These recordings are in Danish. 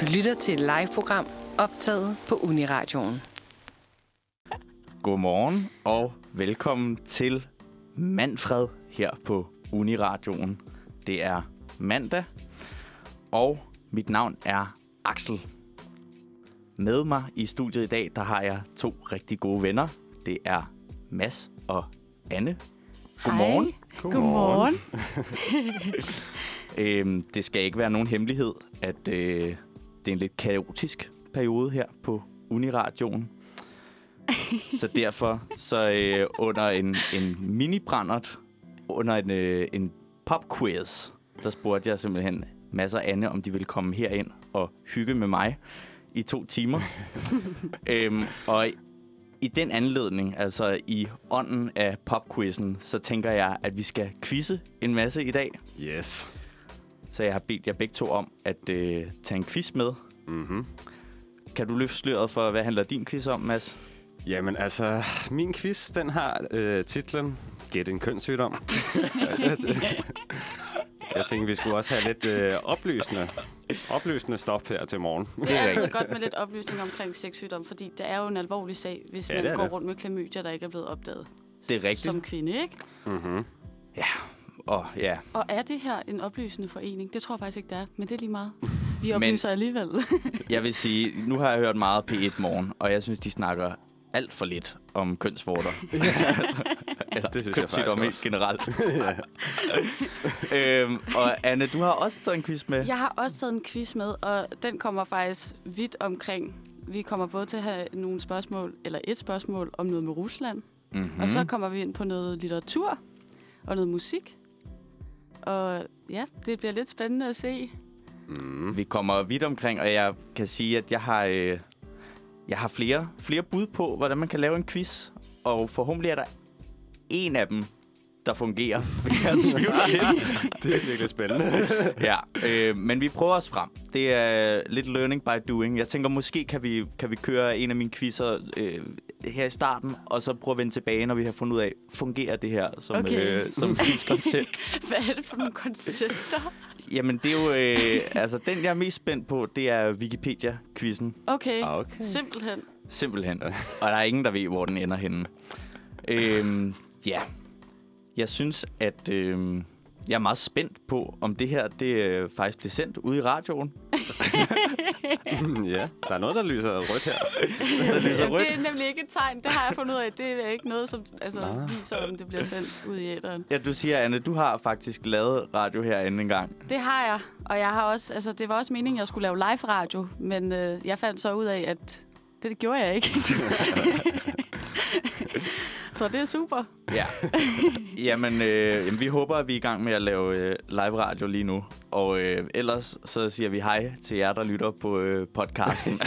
Du lytter til et live-program optaget på Uniradioen. Godmorgen og velkommen til Manfred her på Uniradioen. Det er mandag, og mit navn er Axel. Med mig i studiet i dag, der har jeg to rigtig gode venner. Det er Mads og Anne. Godmorgen. Godmorgen. Øhm, det skal ikke være nogen hemmelighed, at øh, det er en lidt kaotisk periode her på Uniradioen. så derfor, så øh, under en, en mini-brændert, under en, øh, en pop-quiz, der spurgte jeg simpelthen masser af Anne, om de ville komme herind og hygge med mig i to timer. øhm, og i, i den anledning, altså i ånden af popquizzen, så tænker jeg, at vi skal quizze en masse i dag. Yes. Så jeg har bedt jer begge to om at øh, tage en quiz med. Mm-hmm. Kan du løfte sløret for, hvad handler din quiz om, Mads? Jamen altså, min quiz, den har øh, titlen Gæt en kønssygdom. Jeg tænkte, vi skulle også have lidt øh, oplysende, oplysende stof her til morgen. Det er altid godt med lidt oplysning omkring sexsygdom, fordi det er jo en alvorlig sag, hvis Ja, ja, det man er går det. rundt med klamydia, der ikke er blevet opdaget. Det er rigtigt. Som kvinde, ikke? Mm-hmm. Og ja, Og er det her en oplysende forening? Det tror jeg faktisk ikke, det er, men det er lige meget. Vi oplyser men... alligevel. jeg vil sige, nu har jeg hørt meget P1 morgen, og jeg synes, de snakker alt for lidt om kønsvorter. Eller Det synes jeg kønssygdomme faktisk helt generelt. øhm, og Anne, du har også taget en quiz med. jeg har også taget en quiz med, og den kommer faktisk vidt omkring. Vi kommer både til at have nogle spørgsmål, eller et spørgsmål om noget med Rusland, Mm-hmm. mm. og så kommer vi ind på noget litteratur og noget musik. Og ja, det bliver lidt spændende at se. Mm. Vi kommer vidt omkring, og jeg kan sige, at jeg har, øh, jeg har flere, flere bud på, hvordan man kan lave en quiz. Og forhåbentlig er der en af dem, der fungerer. Jeg tvivler lidt. Det er virkelig spændende. Ja, øh, men vi prøver os frem. Det er lidt learning by doing. Jeg tænker, måske kan vi, kan vi køre en af mine quizzer øh, her i starten, og så prøve at vende tilbage, når vi har fundet ud af, fungerer det her som, Okay. øh, som quizkoncept. Hvad er det for nogle koncepter? Jamen, det er jo... Øh, altså, den, jeg er mest spændt på, det er Wikipedia-quizzen. Okay, Ah, Okay. simpelthen. Simpelthen. Og der er ingen, der ved, hvor den ender henne. Øhm, ja. Jeg synes, at øhm, jeg er meget spændt på, om det her det øh, faktisk bliver sendt ude i radioen. ja, der er noget, der lyser rødt her. Så det lyser Jamen, rødt. det er nemlig ikke et tegn. Det har jeg fundet ud af. Det er ikke noget, som Ah. altså, viser, om det bliver sendt ud i æderen. Ja, du siger, Anne, du har faktisk lavet radio herinde en gang. Det har jeg, og jeg har også, altså, det var også meningen, at jeg skulle lave live radio, men øh, jeg fandt så ud af, at det, det gjorde jeg ikke. så det er super. Ja. jamen, øh, jamen, vi håber, at vi er i gang med at lave øh, live radio lige nu. Og øh, ellers så siger vi hej til jer, der lytter på øh, podcasten.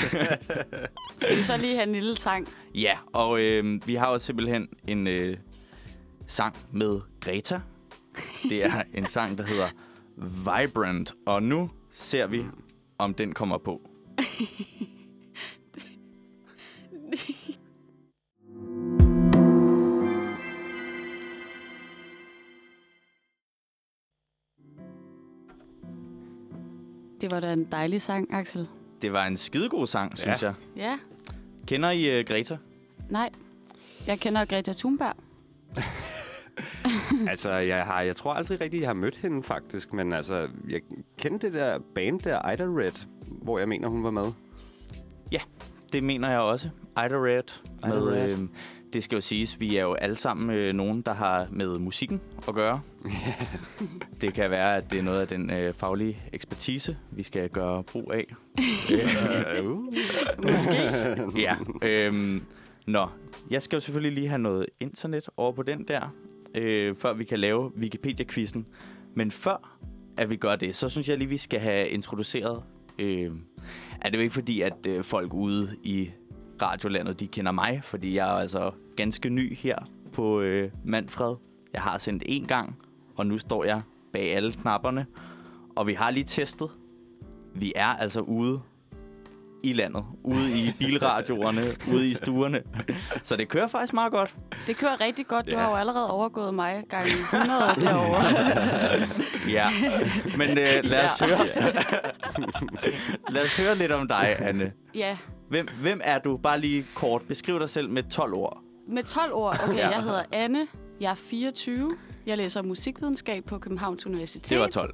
Skal vi så lige have en lille sang? Ja, og øh, vi har jo simpelthen en øh, sang med Greta. Det er en sang, der hedder Vibrant, og nu ser vi, om den kommer på. Det var da en dejlig sang, Axel. Det var en skidegod sang, synes jeg. Ja, Kender I øh, Greta? nej. Jeg kender Greta Thunberg. Altså, jeg, har, jeg tror aldrig rigtigt, jeg har mødt hende faktisk, men altså, jeg kendte det der band der, Ida Red, hvor jeg mener, hun var med. Det mener jeg også. Ida Red. Ida Med, Red. Øh, det skal jo siges, vi er jo alle sammen øh, nogen, der har med musikken at gøre. det kan være, at det er noget af den øh, faglige ekspertise, vi skal gøre brug af. Uh. Ja. Øhm, nå, jeg skal jo selvfølgelig lige have noget internet over på den der, øh, før vi kan lave Wikipedia-quizzen. Men før at vi gør det, så synes jeg lige, vi skal have introduceret... Øh, er det jo ikke fordi, at øh, folk ude i radiolandet, de kender mig, fordi jeg er altså ganske ny her på øh, Manfred. Jeg har sendt én gang, og nu står jeg bag alle knapperne. Og vi har lige testet. Vi er altså ude i landet, ude i bilradioerne, ude i stuerne. Så det kører faktisk meget godt. Det kører rigtig godt. Du Ja. har jo allerede overgået mig gange 100 derovre. Ja, men øh, lad os Ja. høre. lad os høre lidt om dig, Anne. ja. Hvem, hvem er du? Bare lige kort. Beskriv dig selv med 12 ord. Med 12 ord. Okay, jeg hedder Anne. Jeg er 24. Jeg læser musikvidenskab på Københavns Universitet. Det var 12.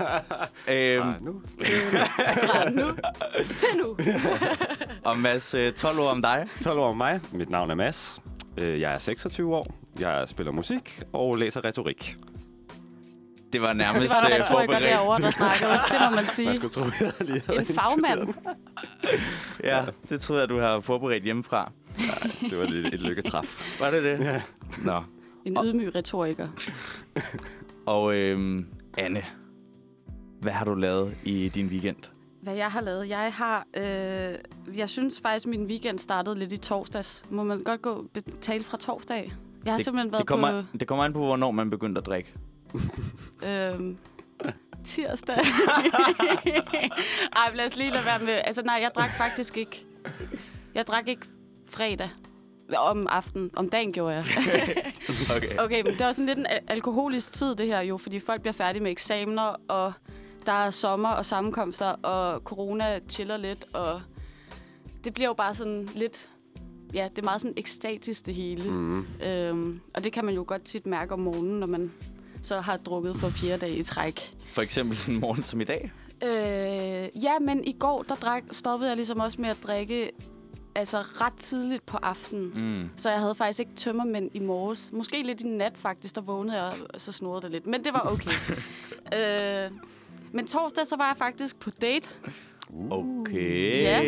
Ah, øhm, nu. Fra nu til nu. og Mads, øh, 12 ord om dig. 12 år om mig. Mit navn er Mads. Øh, Jeg er 26 år. Jeg spiller musik og læser retorik. Det var nærmest Det var der øh, retoriker forberedt. derovre, der snakkede. Det må man sige. Man skulle tro, jeg lige havde En fagmand. Ja, det troede jeg, du har forberedt hjemmefra. indstuderet. Det var lidt et lykketræf. Var det det? Ja. Nå. En ydmyg retoriker. Og øhm, Anne, hvad har du lavet i din weekend? Hvad jeg har lavet? Jeg har... Øh, jeg synes faktisk, min weekend startede lidt i torsdags. Må man godt gå betale fra torsdag? Jeg har det, simpelthen været det, kommer, på... det kommer an på, hvornår man begyndte at drikke. Øhm, tirsdag. Ej, men lad os lige lade være med... Altså, nej, jeg drak faktisk ikke... Jeg drak ikke fredag om aftenen. Om dagen gjorde jeg. Okay. Okay, men det er også sådan lidt en al- alkoholisk tid, det her jo, fordi folk bliver færdige med eksamener, og der er sommer og sammenkomster, og corona chiller lidt, og det bliver jo bare sådan lidt... Ja, det er meget sådan ekstatisk, det hele. Mm. Øhm, og det kan man jo godt tit mærke om morgenen, når man så har drukket for fire dage i træk. For eksempel sådan en morgen som i dag. Øh, ja, men i går, der drak, stoppede jeg ligesom også med at drikke altså ret tidligt på aftenen. Mm. Så jeg havde faktisk ikke tømmermænd i morges. Måske lidt i nat faktisk, der vågnede jeg, og så snurrede det lidt. Men det var okay. øh, men torsdag, så var jeg faktisk på date. Okay. Ja.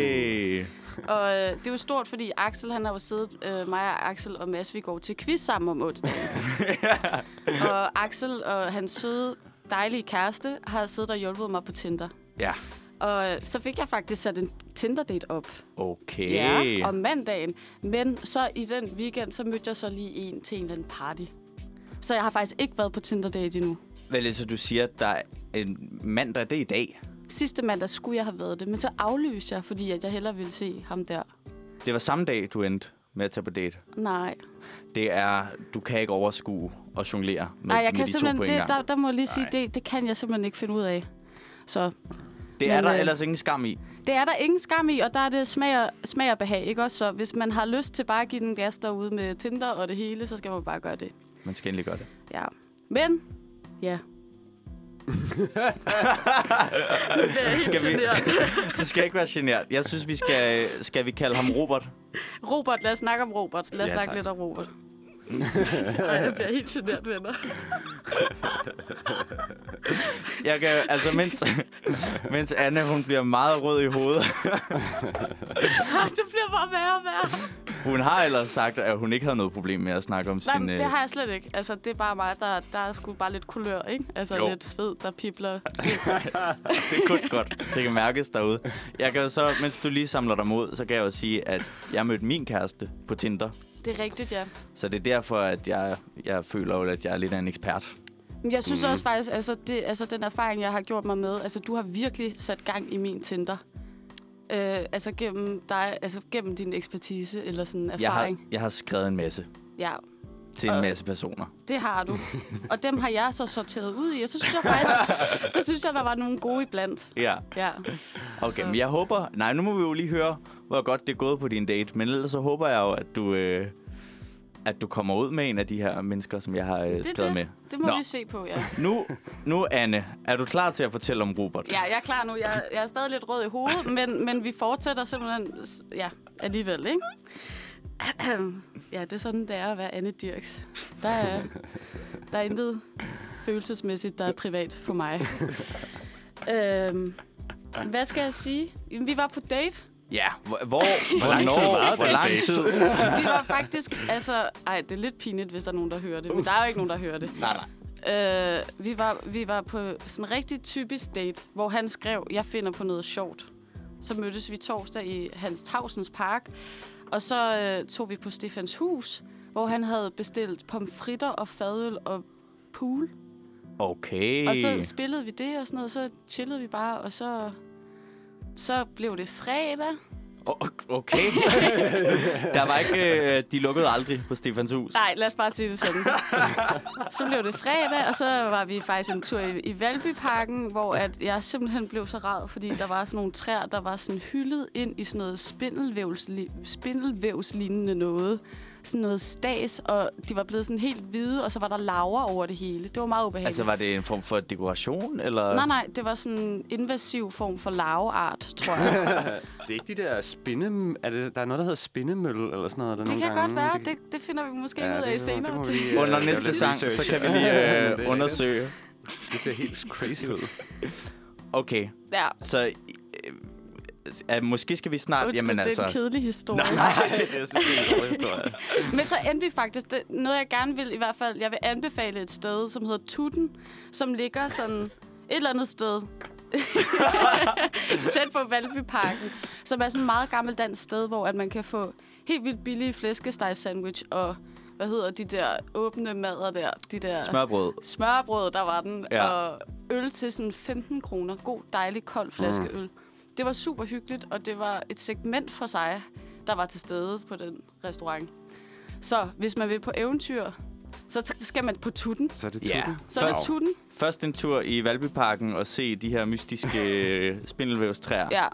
Og øh, det er jo stort, fordi Axel, han har jo siddet, øh, mig og Axel og Mads, vi går til quiz sammen om onsdagen. og Axel og hans søde, dejlige kæreste har siddet og hjulpet mig på Tinder. Ja. Og øh, så fik jeg faktisk sat en Tinder-date op. Okay. om mandagen. Men så i den weekend, så mødte jeg så lige en til en eller anden party. Så jeg har faktisk ikke været på Tinder-date endnu. Vel, så du siger, at der er en mandag, det er i dag. Sidste mandag skulle jeg have været det, men så aflyste jeg, fordi at jeg hellere ville se ham der. Det var samme dag, du endte med at tage på date. Nej. Det er, du kan ikke overskue og jonglere med, Nej, jeg med kan de to på simpelthen, en det, gang. der, der må jeg lige sige, det, det kan jeg simpelthen ikke finde ud af. Så det er men, der øh, ellers ingen skam i. det er der ingen skam i, og der er det smag og, smag og behag, ikke også? Så hvis man har lyst til bare at give den gas derude med Tinder og det hele, så skal man bare gøre det. Man skal endelig gøre det. Ja. Men, ja. Skal vi, det skal ikke være genert. Jeg synes, vi skal, skal vi kalde ham Robert. Robert, lad os snakke om Robert. Lad os Ja, ja, snakke tak. lidt om Robert. Ej, jeg bliver helt genert, venner. Jeg kan, altså, mens, mens Anna, hun bliver meget rød i hovedet. Ej, det bliver bare værre og værre. Hun har ellers sagt, at hun ikke havde noget problem med at snakke om Nej, sin... men øh, det har jeg slet ikke. Altså, det er bare mig, der, der er sgu bare lidt kulør, ikke? Altså, Jo. jo. lidt sved, der pipler. Det er kun godt. Det kan mærkes derude. Jeg kan jo så, mens du lige samler dig mod, så kan jeg jo sige, at jeg mødte min kæreste på Tinder. Det er rigtigt, ja. Så det er derfor, at jeg, jeg føler jo, at jeg er lidt af en ekspert. Men jeg Mhm. synes mm. også faktisk, altså, det, altså, den erfaring, jeg har gjort mig med, altså, du har virkelig sat gang i min Tinder. Øh, altså, gennem dig, altså, gennem din ekspertise eller sådan Jeg har, erfaring. jeg har skrevet en masse Ja, til en Og- masse personer. Det har du. Og dem har jeg så sorteret ud i, og så synes jeg faktisk, så synes jeg, der var nogle gode iblandt. Ja. Ja. Okay, Så- men jeg håber... Nej, nu må vi jo lige høre, hvor godt det er gået på din date. Men ellers så håber jeg jo, at du... Øh, at du kommer ud med en af de her mennesker, som jeg har øh, Det, skrevet det, med. det må Nå, vi se på, ja. nu, nu, Anne, er du klar til at fortælle om Robert? Ja, jeg er klar nu. Jeg, jeg er stadig lidt rød i hovedet, men, men vi fortsætter simpelthen s- ja, alligevel, ikke? Ja, det er sådan, det er at være Anne Dirks. Der er, der er intet følelsesmæssigt, der er privat for mig. Øhm, hvad skal jeg sige? Jamen, Vi var på date. Ja, hvor, hvor, hvor lang tid varede hvor den lang date? tid? Vi var faktisk, altså... Ej, det er lidt pinligt, hvis der er nogen, der hører det. Men der er jo ikke nogen, der hører det. Nej, nej. Øh, vi, var, vi var på sådan en rigtig typisk date, hvor han skrev, jeg finder på noget sjovt. Så mødtes vi torsdag i Hans Tausens Park, og så øh, tog vi på Stefans hus, hvor han havde bestilt pomfritter og fadøl og pool. Okay. Øh. Og så spillede vi det og sådan noget, og så chillede vi bare, og så Så blev det fredag. O- Okay. der var ikke, øh, de lukkede aldrig på Stefans hus. Nej, lad os bare sige det sådan. så blev det fredag, og så var vi faktisk en tur i, i Valbyparken, hvor at jeg simpelthen blev så rad, fordi der var sådan nogle træer, der var sådan hyldet ind i sådan noget spindelvævsli- spindelvævslignende noget. Sådan noget stas, og de var blevet sådan helt hvide, og så var der laver over det hele. Det var meget ubehageligt. Altså, var det en form for dekoration, eller? Nej, nej, det var sådan en invasiv form for larveart, tror jeg. Det er ikke de der spinde... Er det, der er noget, der hedder spindemølle eller sådan noget? Der det nogle kan gange. godt være. Det, det finder vi måske ja, ud af det, så- senere. det må til- vi, øh, Under lave næste lidt sang, research. så kan vi lige Men øh, det- undersøge. Det ser helt crazy ud. Okay, Ja, så... Øh, øh, måske skal vi snart... Undskyld, jamen, det er altså, en kedelig historie. Nej, nej, det er sådan en god historie. Men så endte vi faktisk, det, noget jeg gerne vil i hvert fald, jeg vil anbefale et sted, som hedder Tutten, som ligger sådan et eller andet sted tæt på Valbyparken, som er sådan et meget gammeldansk sted, hvor at man kan få helt vildt billige flæskesteg sandwich og hvad hedder de der åbne mader der, de der Smørbrød. smørbrød, der var den, Ja. ja. og øl til sådan 15 kroner. God, dejlig, kold flaske mm. øl. Det var super hyggeligt, og det var et segment for sig, der var til stede på den restaurant. Så hvis man vil på eventyr, så t- skal man på tutten. Så er det Ja. tutten. Så er det Først- tutten. Først en tur i Valbyparken og se de her mystiske øh, spindelvævstræer. Ja,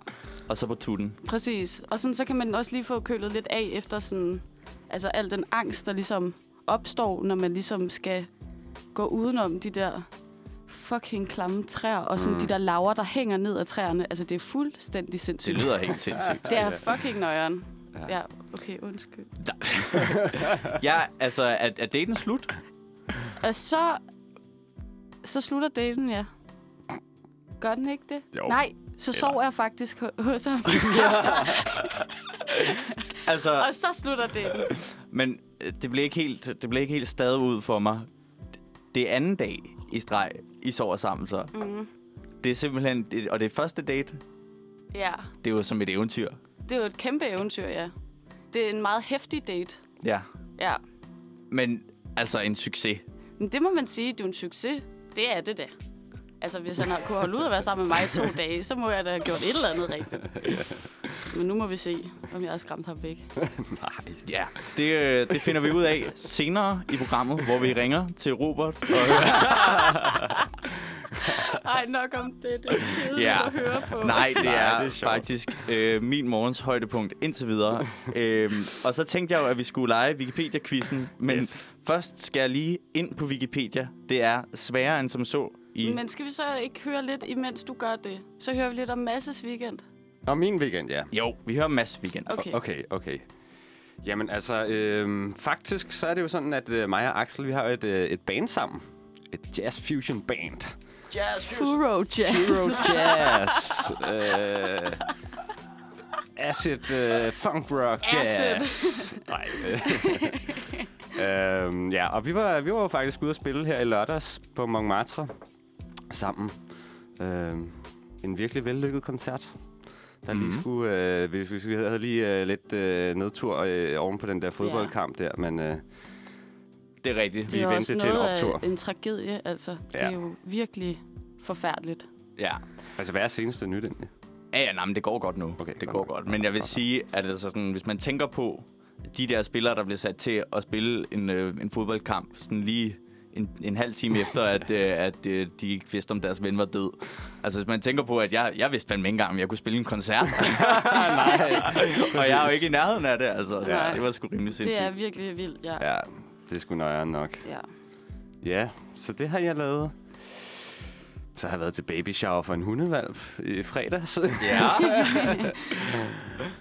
Og så på tutten. præcis. Og sådan, så kan man også lige få kølet lidt af efter sådan, altså al den angst, der ligesom opstår, når man ligesom skal gå udenom de der fucking klamme træer, og sådan mm. de der laver, der hænger ned af træerne. Altså, det er fuldstændig Det sindssygt. lyder helt sindssygt. Det er fucking nøjeren. Ja, okay, undskyld. Ja, altså, er, er daten slut? Og så, så slutter daten, ja. Gør den ikke det? Jo. Nej, så sover jeg faktisk h- hos ham. Altså, og så slutter daten. men øh, det blev ikke helt, det blev ikke helt stadig ud for mig. Det er anden dag i streg, I sover sammen så. Mm. Det er simpelthen, det, og det er første date, Ja, det er jo som et eventyr. det er jo et kæmpe eventyr, ja. Det er en meget hæftig date. Ja. Ja, Men altså en succes. men det må man sige, det er en succes. Det er det da. Altså, hvis han har- kunne holde ud at være sammen med mig i to dage, så må jeg da have gjort et eller andet rigtigt. Men nu må vi se, om jeg har skræmt ham væk. Ja, det, øh, det finder vi ud af senere i programmet, hvor vi ringer til Robert. Og, Ej, nok om det. Det er kedeligt Ja. at høre på. nej, det er, det det er er sjovt. faktisk øh, min morgens højdepunkt indtil videre. øhm, og så tænkte jeg jo, at vi skulle lege Wikipedia-quizzen. Men Yes. yes. først skal jeg lige ind på Wikipedia. Det er sværere end som så i... Men skal vi så ikke høre lidt, imens du gør det? Så hører vi lidt om Masses weekend. Og min weekend, ja. Jo, vi hører Mads Weekend. Okay. Okay, okay. Jamen altså, øh, faktisk så er det jo sådan, at øh, mig og Axel, vi har jo et, øh, et band sammen. Et jazz fusion band. Furo Jazz. Jazz. øh, acid, øh, funk rock, jazz. Nej. øh. øhm, ja, og vi var, vi var jo faktisk ude at spille her i lørdags på Montmartre sammen. Øhm, en virkelig vellykket koncert. Der lige skulle, øh, vi, vi, vi havde lige øh, lidt øh, nedtur øh, oven på den der fodboldkamp der, men øh, Det er rigtigt. Det er Vi også vendte til en noget optur. af en tragedie, altså. Ja. Det Ja. er jo virkelig forfærdeligt. Ja. altså hvad er seneste nyt egentlig? Ja, ja, nej, men det går godt nu. Okay, det godt går nok. godt. Men jeg vil sige, at altså sådan, hvis man tænker på de der spillere, der bliver sat til at spille en, øh, en fodboldkamp, sådan lige en, en halv time efter, at, øh, at øh, de ikke vidste, om deres ven var død. Altså, hvis man tænker på, at jeg, jeg vidste fandme ikke engang, om jeg kunne spille en koncert. og jeg er jo ikke i nærheden af det, altså. Nej. Ja. Det var sgu rimelig sindssygt. Det er virkelig vildt, ja. ja. Ja, det er sgu nøjere nok. ja. Ja, så det har jeg lavet. Så har jeg været til baby shower for en hundevalp i fredags. Ja.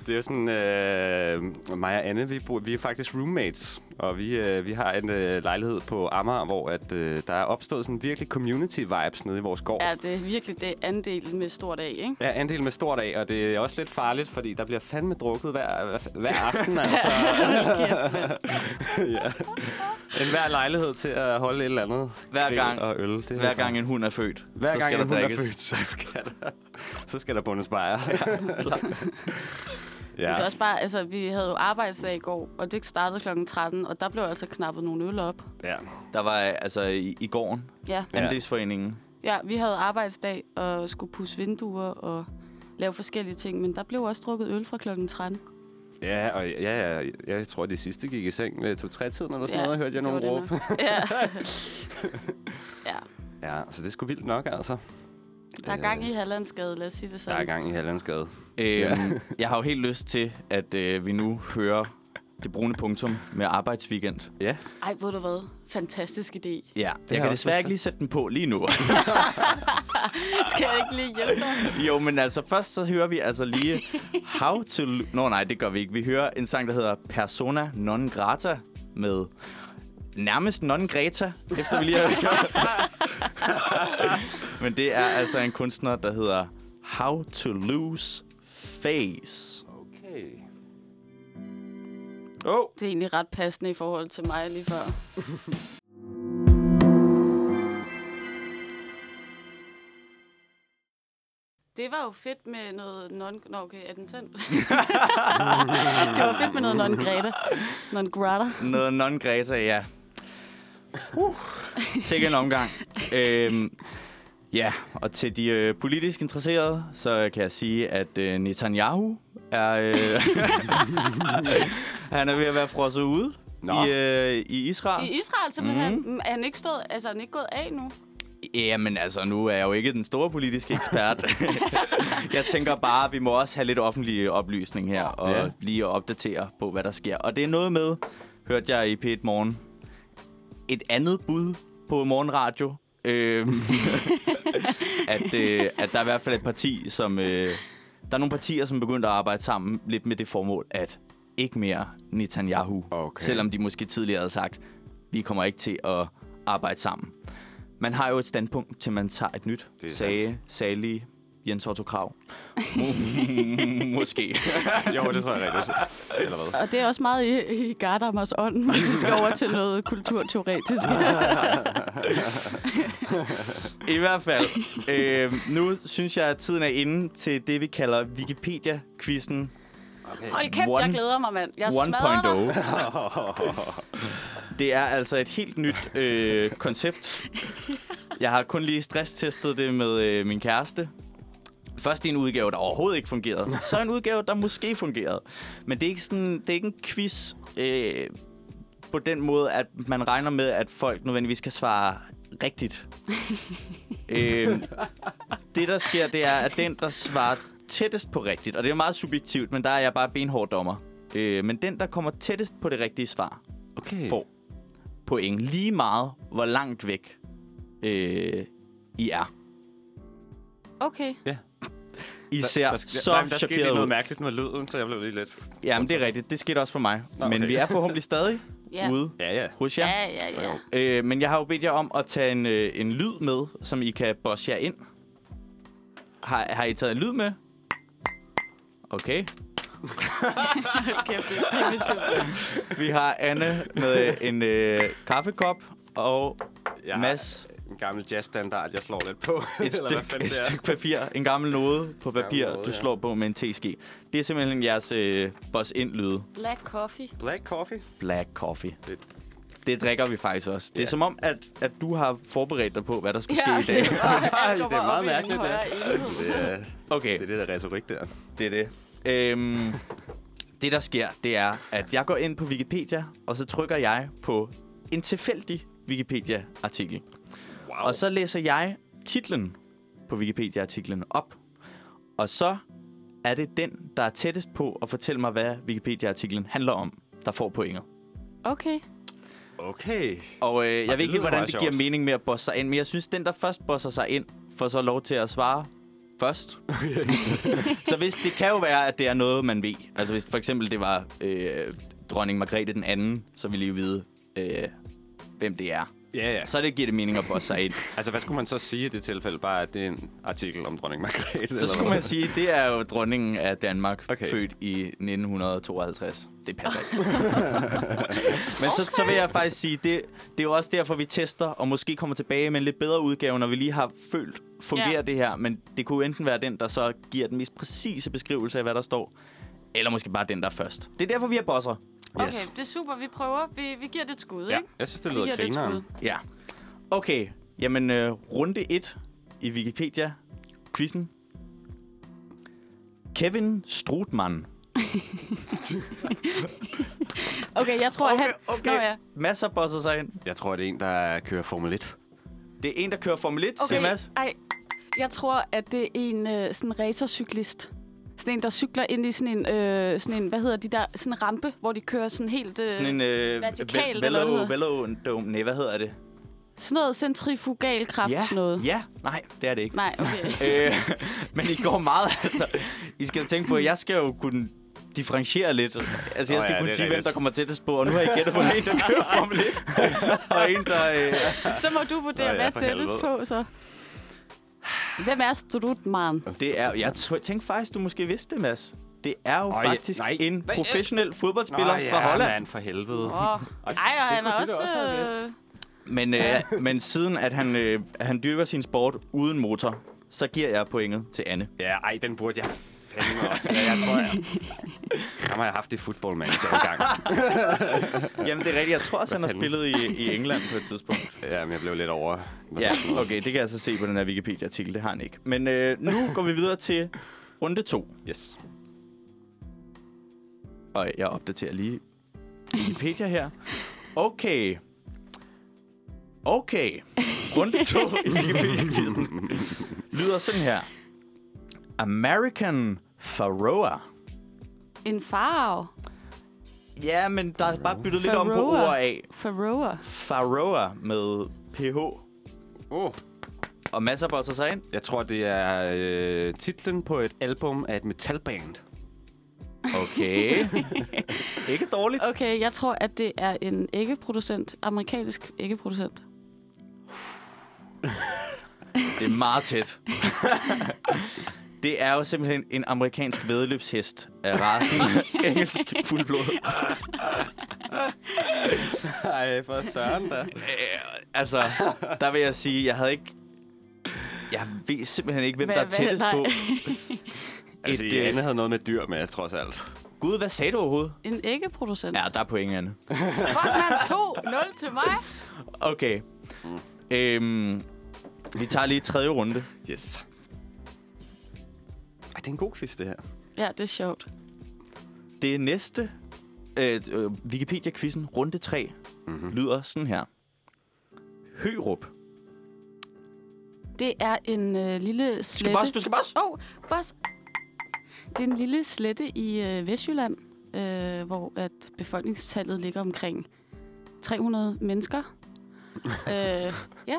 Det er jo sådan, øh, mig og Anne, vi, bor, vi er faktisk roommates, og vi, øh, vi har en øh, lejlighed på Amager, hvor at, øh, der er opstået sådan virkelig community-vibes nede i vores gård. ja, det er virkelig det andel med stor dag, ikke? Ja, andel med stort af, og det er også lidt farligt, fordi der bliver fandme drukket hver, hver, hver aften, altså. ja. En hver lejlighed til at holde et eller andet. Hver Grill gang- og øl. Det er Hver gang en hund er født, hver så gang skal en der hund er drikkes. født, så skal der, så skal der bundes bajer. Ja. ja. Det er også bare, altså, vi havde jo arbejdsdag i går, og det startede kl. 13, og der blev altså knappet nogle øl op. ja. Der var øh, altså i, i gården, Ja. andelsforeningen. Ja, vi havde arbejdsdag og skulle pusse vinduer og lave forskellige ting, men der blev også drukket øl fra klokken 13. Ja, og ja, ja, jeg, jeg tror, det sidste gik i seng ved to-tre-tiden eller sådan Ja, noget, hørte jeg det nogen var råbe. det nok. Ja. ja. Ja, så det er sgu vildt nok, altså. Der er gang i Hallandsgade, lad os sige det Der sådan. er gang i Hallandsgade. Øhm, jeg har jo helt lyst til, at øh, vi nu hører det brune punktum med arbejdsweekend. Ja, Ej, ved du hvad? Fantastisk idé. Ja, jeg jeg kan også lyst desværre ikke til. lige sætte den på lige nu. Skal jeg ikke lige hjælpe dig? jo, men altså først så hører vi altså lige How to... Lo- Nå nej, det gør vi ikke. Vi hører en sang, der hedder Persona non grata med nærmest non greta, efter vi lige har hørt. men det er altså en kunstner, der hedder How to Lose Face. okay. Oh. Det er egentlig ret passende i forhold til mig lige før. Det var jo fedt med noget non... Nå, okay, er den tændt? det var fedt med noget non-grata. Non-grata. Noget non greta ja. Uh, sikke en omgang. øhm, ja, og til de øh, politisk interesserede, så kan jeg sige, at øh, Netanyahu er... Øh, han er ved at være frosset ude Nå. i, øh, i Israel. I Israel simpelthen. Mm. Er han ikke stået... Altså, er han ikke gået af nu? Jamen altså, nu er jeg jo ikke den store politiske ekspert. jeg tænker bare, at vi må også have lidt offentlig oplysning her, og Ja. ja. lige opdatere på, hvad der sker. Og det er noget med, hørte jeg i P1 Morgen, et andet bud på morgenradio. Øhm, at, øh, at der er i hvert fald et parti, som... Øh, der er nogle partier, som begyndte at arbejde sammen lidt med det formål, at ikke mere Netanyahu. Okay. Selvom de måske tidligere havde sagt, vi kommer ikke til at arbejde sammen. Man har jo et standpunkt, til man tager et nyt, Det er sagde salige Jens Otto Krav. måske. Jo, det tror jeg rigtigt. Eller hvad? Og det er også meget i, i Gardammers ånd, hvis vi skal over til noget kulturteoretisk. I hvert fald. Øh, nu synes jeg, at tiden er inde til det, vi kalder Wikipedia-quizzen Hold kæft, One- jeg glæder mig, mand. Jeg smadrer dig. 1.0. Det er altså et helt nyt øh, koncept. Jeg har kun lige stresstestet det med øh, min kæreste. Først i en udgave, der overhovedet ikke fungerede. Så en udgave, der måske fungerede. Men det er ikke, sådan, det er ikke en quiz øh, på den måde, at man regner med, at folk nødvendigvis kan svare rigtigt. øh, det, der sker, det er, at den, der svarer tættest på rigtigt, og det er meget subjektivt, men der er jeg bare benhård dommer. Øh, men den, der kommer tættest på det rigtige svar, Okay. får point. Lige meget, hvor langt væk øh, I er. Okay. I ser der, så der, der skete chokeret lige ud. noget mærkeligt med lyden, så jeg blev lige lidt... Jamen, det er rigtigt. Det skete også for mig. Nå, Men okay. vi er forhåbentlig stadig Ja. ude Ja, ja. hos jer. Ja, ja, ja. Øh, men jeg har jo bedt jer om at tage en, øh, en lyd med, som I kan bosse jer ind. Har, har I taget en lyd med? Okay. Hold kæft, det er primitivt. Vi har Anne med øh, en øh, kaffekop og Jeg har Mads en gammel jazzstandard, jeg slår lidt på. et, hvad stykke, fanden et det er. stykke papir, en gammel node på papir, node, du ja. slår på med en teske. Det er simpelthen jeres øh, boss ind lyde. Black coffee. Black coffee. Black coffee. Det- Det drikker vi faktisk også. Det er Ja. som om, at, at du har forberedt dig på, hvad der skulle Ja, ske i dag. det, var, det er meget mærkeligt, ja. ja. Det er, Okay, det er det der retorik der. det er det. Øhm, det, der sker, det er, at jeg går ind på Wikipedia, og så trykker jeg på en tilfældig Wikipedia-artikel. Wow. Og så læser jeg titlen på Wikipedia-artiklen op. Og så er det den, der er tættest på at fortælle mig, hvad Wikipedia-artiklen handler om, der får pointet. Okay. Okay. Og øh, jeg ved det ikke helt, lyder hvordan meget det giver sjovt. mening med at bosse sig ind, men jeg synes, den, der først bosser sig ind, får så lov til at svare først. så hvis det kan jo være, at det er noget, man ved. Altså hvis for eksempel det var øh, dronning Margrethe den anden, så ville I jo vide, øh, hvem det er. Ja, ja. Så det giver det mening at bosse sig ind. Altså, hvad skulle man så sige i det tilfælde? Bare, at det er en artikel om dronning Margrethe? Så skulle man sige, det er jo dronningen af Danmark, okay. Okay. født i 1952. Det passer ikke. Men så, så vil jeg faktisk sige, det, det er jo også derfor, vi tester, og måske kommer tilbage med en lidt bedre udgave, når vi lige har følt, fungerer Ja. yeah. det her. Men det kunne jo enten være den, der så giver den mest præcise beskrivelse af, hvad der står, eller måske bare den, der er først. Det er derfor, vi er bosser. Okay, det er super. Vi prøver. Vi, vi giver det et skud, Ja, ikke? jeg synes, det Vi lyder giver det et skud. grineren. Ja. Okay, jamen øh, runde 1 i Wikipedia-quizzen. Kevin Strutmann. Okay, jeg tror, han... Nå, ja. Masser bosser sig ind. Jeg tror, det er en, der kører Formel 1. Det er en, der kører Formel 1, okay. Okay, Mads. ej. Jeg tror, at det er en øh, sådan racercyklist. Sådan en, der cykler ind i sådan en, øh, sådan en hvad hedder de der, sådan en rampe, hvor de kører sådan helt... Øh, Sådan en øh, vertikalt, eller hvad det velo, hedder. velo, dome. Nej, hvad hedder det? Sådan noget centrifugal kraft, sådan noget. ja. Nej, det er det ikke. Nej, okay. Øh, men I går meget, altså. I skal jo tænke på, at jeg skal jo kunne differentiere lidt. Altså, jeg Nå skal ja, kunne det er sige, hvem rigtigt. der kommer tættest på. Og nu har jeg gættet på en, der kører Formel 1. og en, der... Øh, Så må du vurdere, Nå ja, hvad for tættes helvede. på, så. Hvem er Strutmann? Det er, jeg t- tænkte faktisk, du måske vidste det, Mads. Det er jo Øj, faktisk nej. en Hvad? professionel fodboldspiller Nå, fra ja, Holland. Mand, for helvede. Åh, ej, og han er kunne også... du da også have vidst. øh, Men, øh, men siden at han, øh, han dyrker sin sport uden motor, så giver jeg pointet til Anne. Ja, ej, den burde jeg fandme også. Ja, jeg tror, jeg... Ham har jeg haft i football manager engang. Jamen, det er rigtigt. Jeg tror også, han har fanden? spillet i, i England på et tidspunkt. Ja, men jeg blev lidt over. Ja, okay. Det kan jeg så se på den her Wikipedia-artikel. Det har han ikke. Men øh, nu går vi videre til runde to. Yes. Og jeg opdaterer lige Wikipedia her. Okay. Okay. Runde to i Wikipedia-quizzen lyder sådan her. American Faroa. En farve. Ja, men der er bare byttet lidt om på Faroa. ord af. Faroa. Faroa med PH. Oh. Og masser bosser sig ind. Jeg tror, det er øh, titlen på et album af et metalband. Okay. Ikke dårligt. Okay, jeg tror, at det er en æggeproducent. Amerikansk æggeproducent. Det er meget tæt. Det er jo simpelthen en amerikansk vedløbshest af rasen engelsk fuldblod. Nej, for søren da. Øh, altså, der vil jeg sige, jeg havde ikke... Jeg ved simpelthen ikke, hvem Hvad- der er hvad- tættest nej. på. Altså, Et, et, øh, Anne havde noget med dyr med, trods alt. Gud, hvad sagde du overhovedet? En æggeproducent. Ja, der er point, Anne. Fuck, man, 2-0 til mig. Okay. Øhm, vi tager lige tredje runde. Yes. Ej, det er en god quiz, det her. Ja, det er sjovt. Det næste øh, øh, Wikipedia-quizzen, runde 3, mm-hmm. lyder sådan her. Hørup. Det er en øh, lille slette. boss, du skal boss. Åh, oh, boss. Det er en lille slette i øh, Vestjylland, øh, hvor at befolkningstallet ligger omkring 300 mennesker. øh, ja,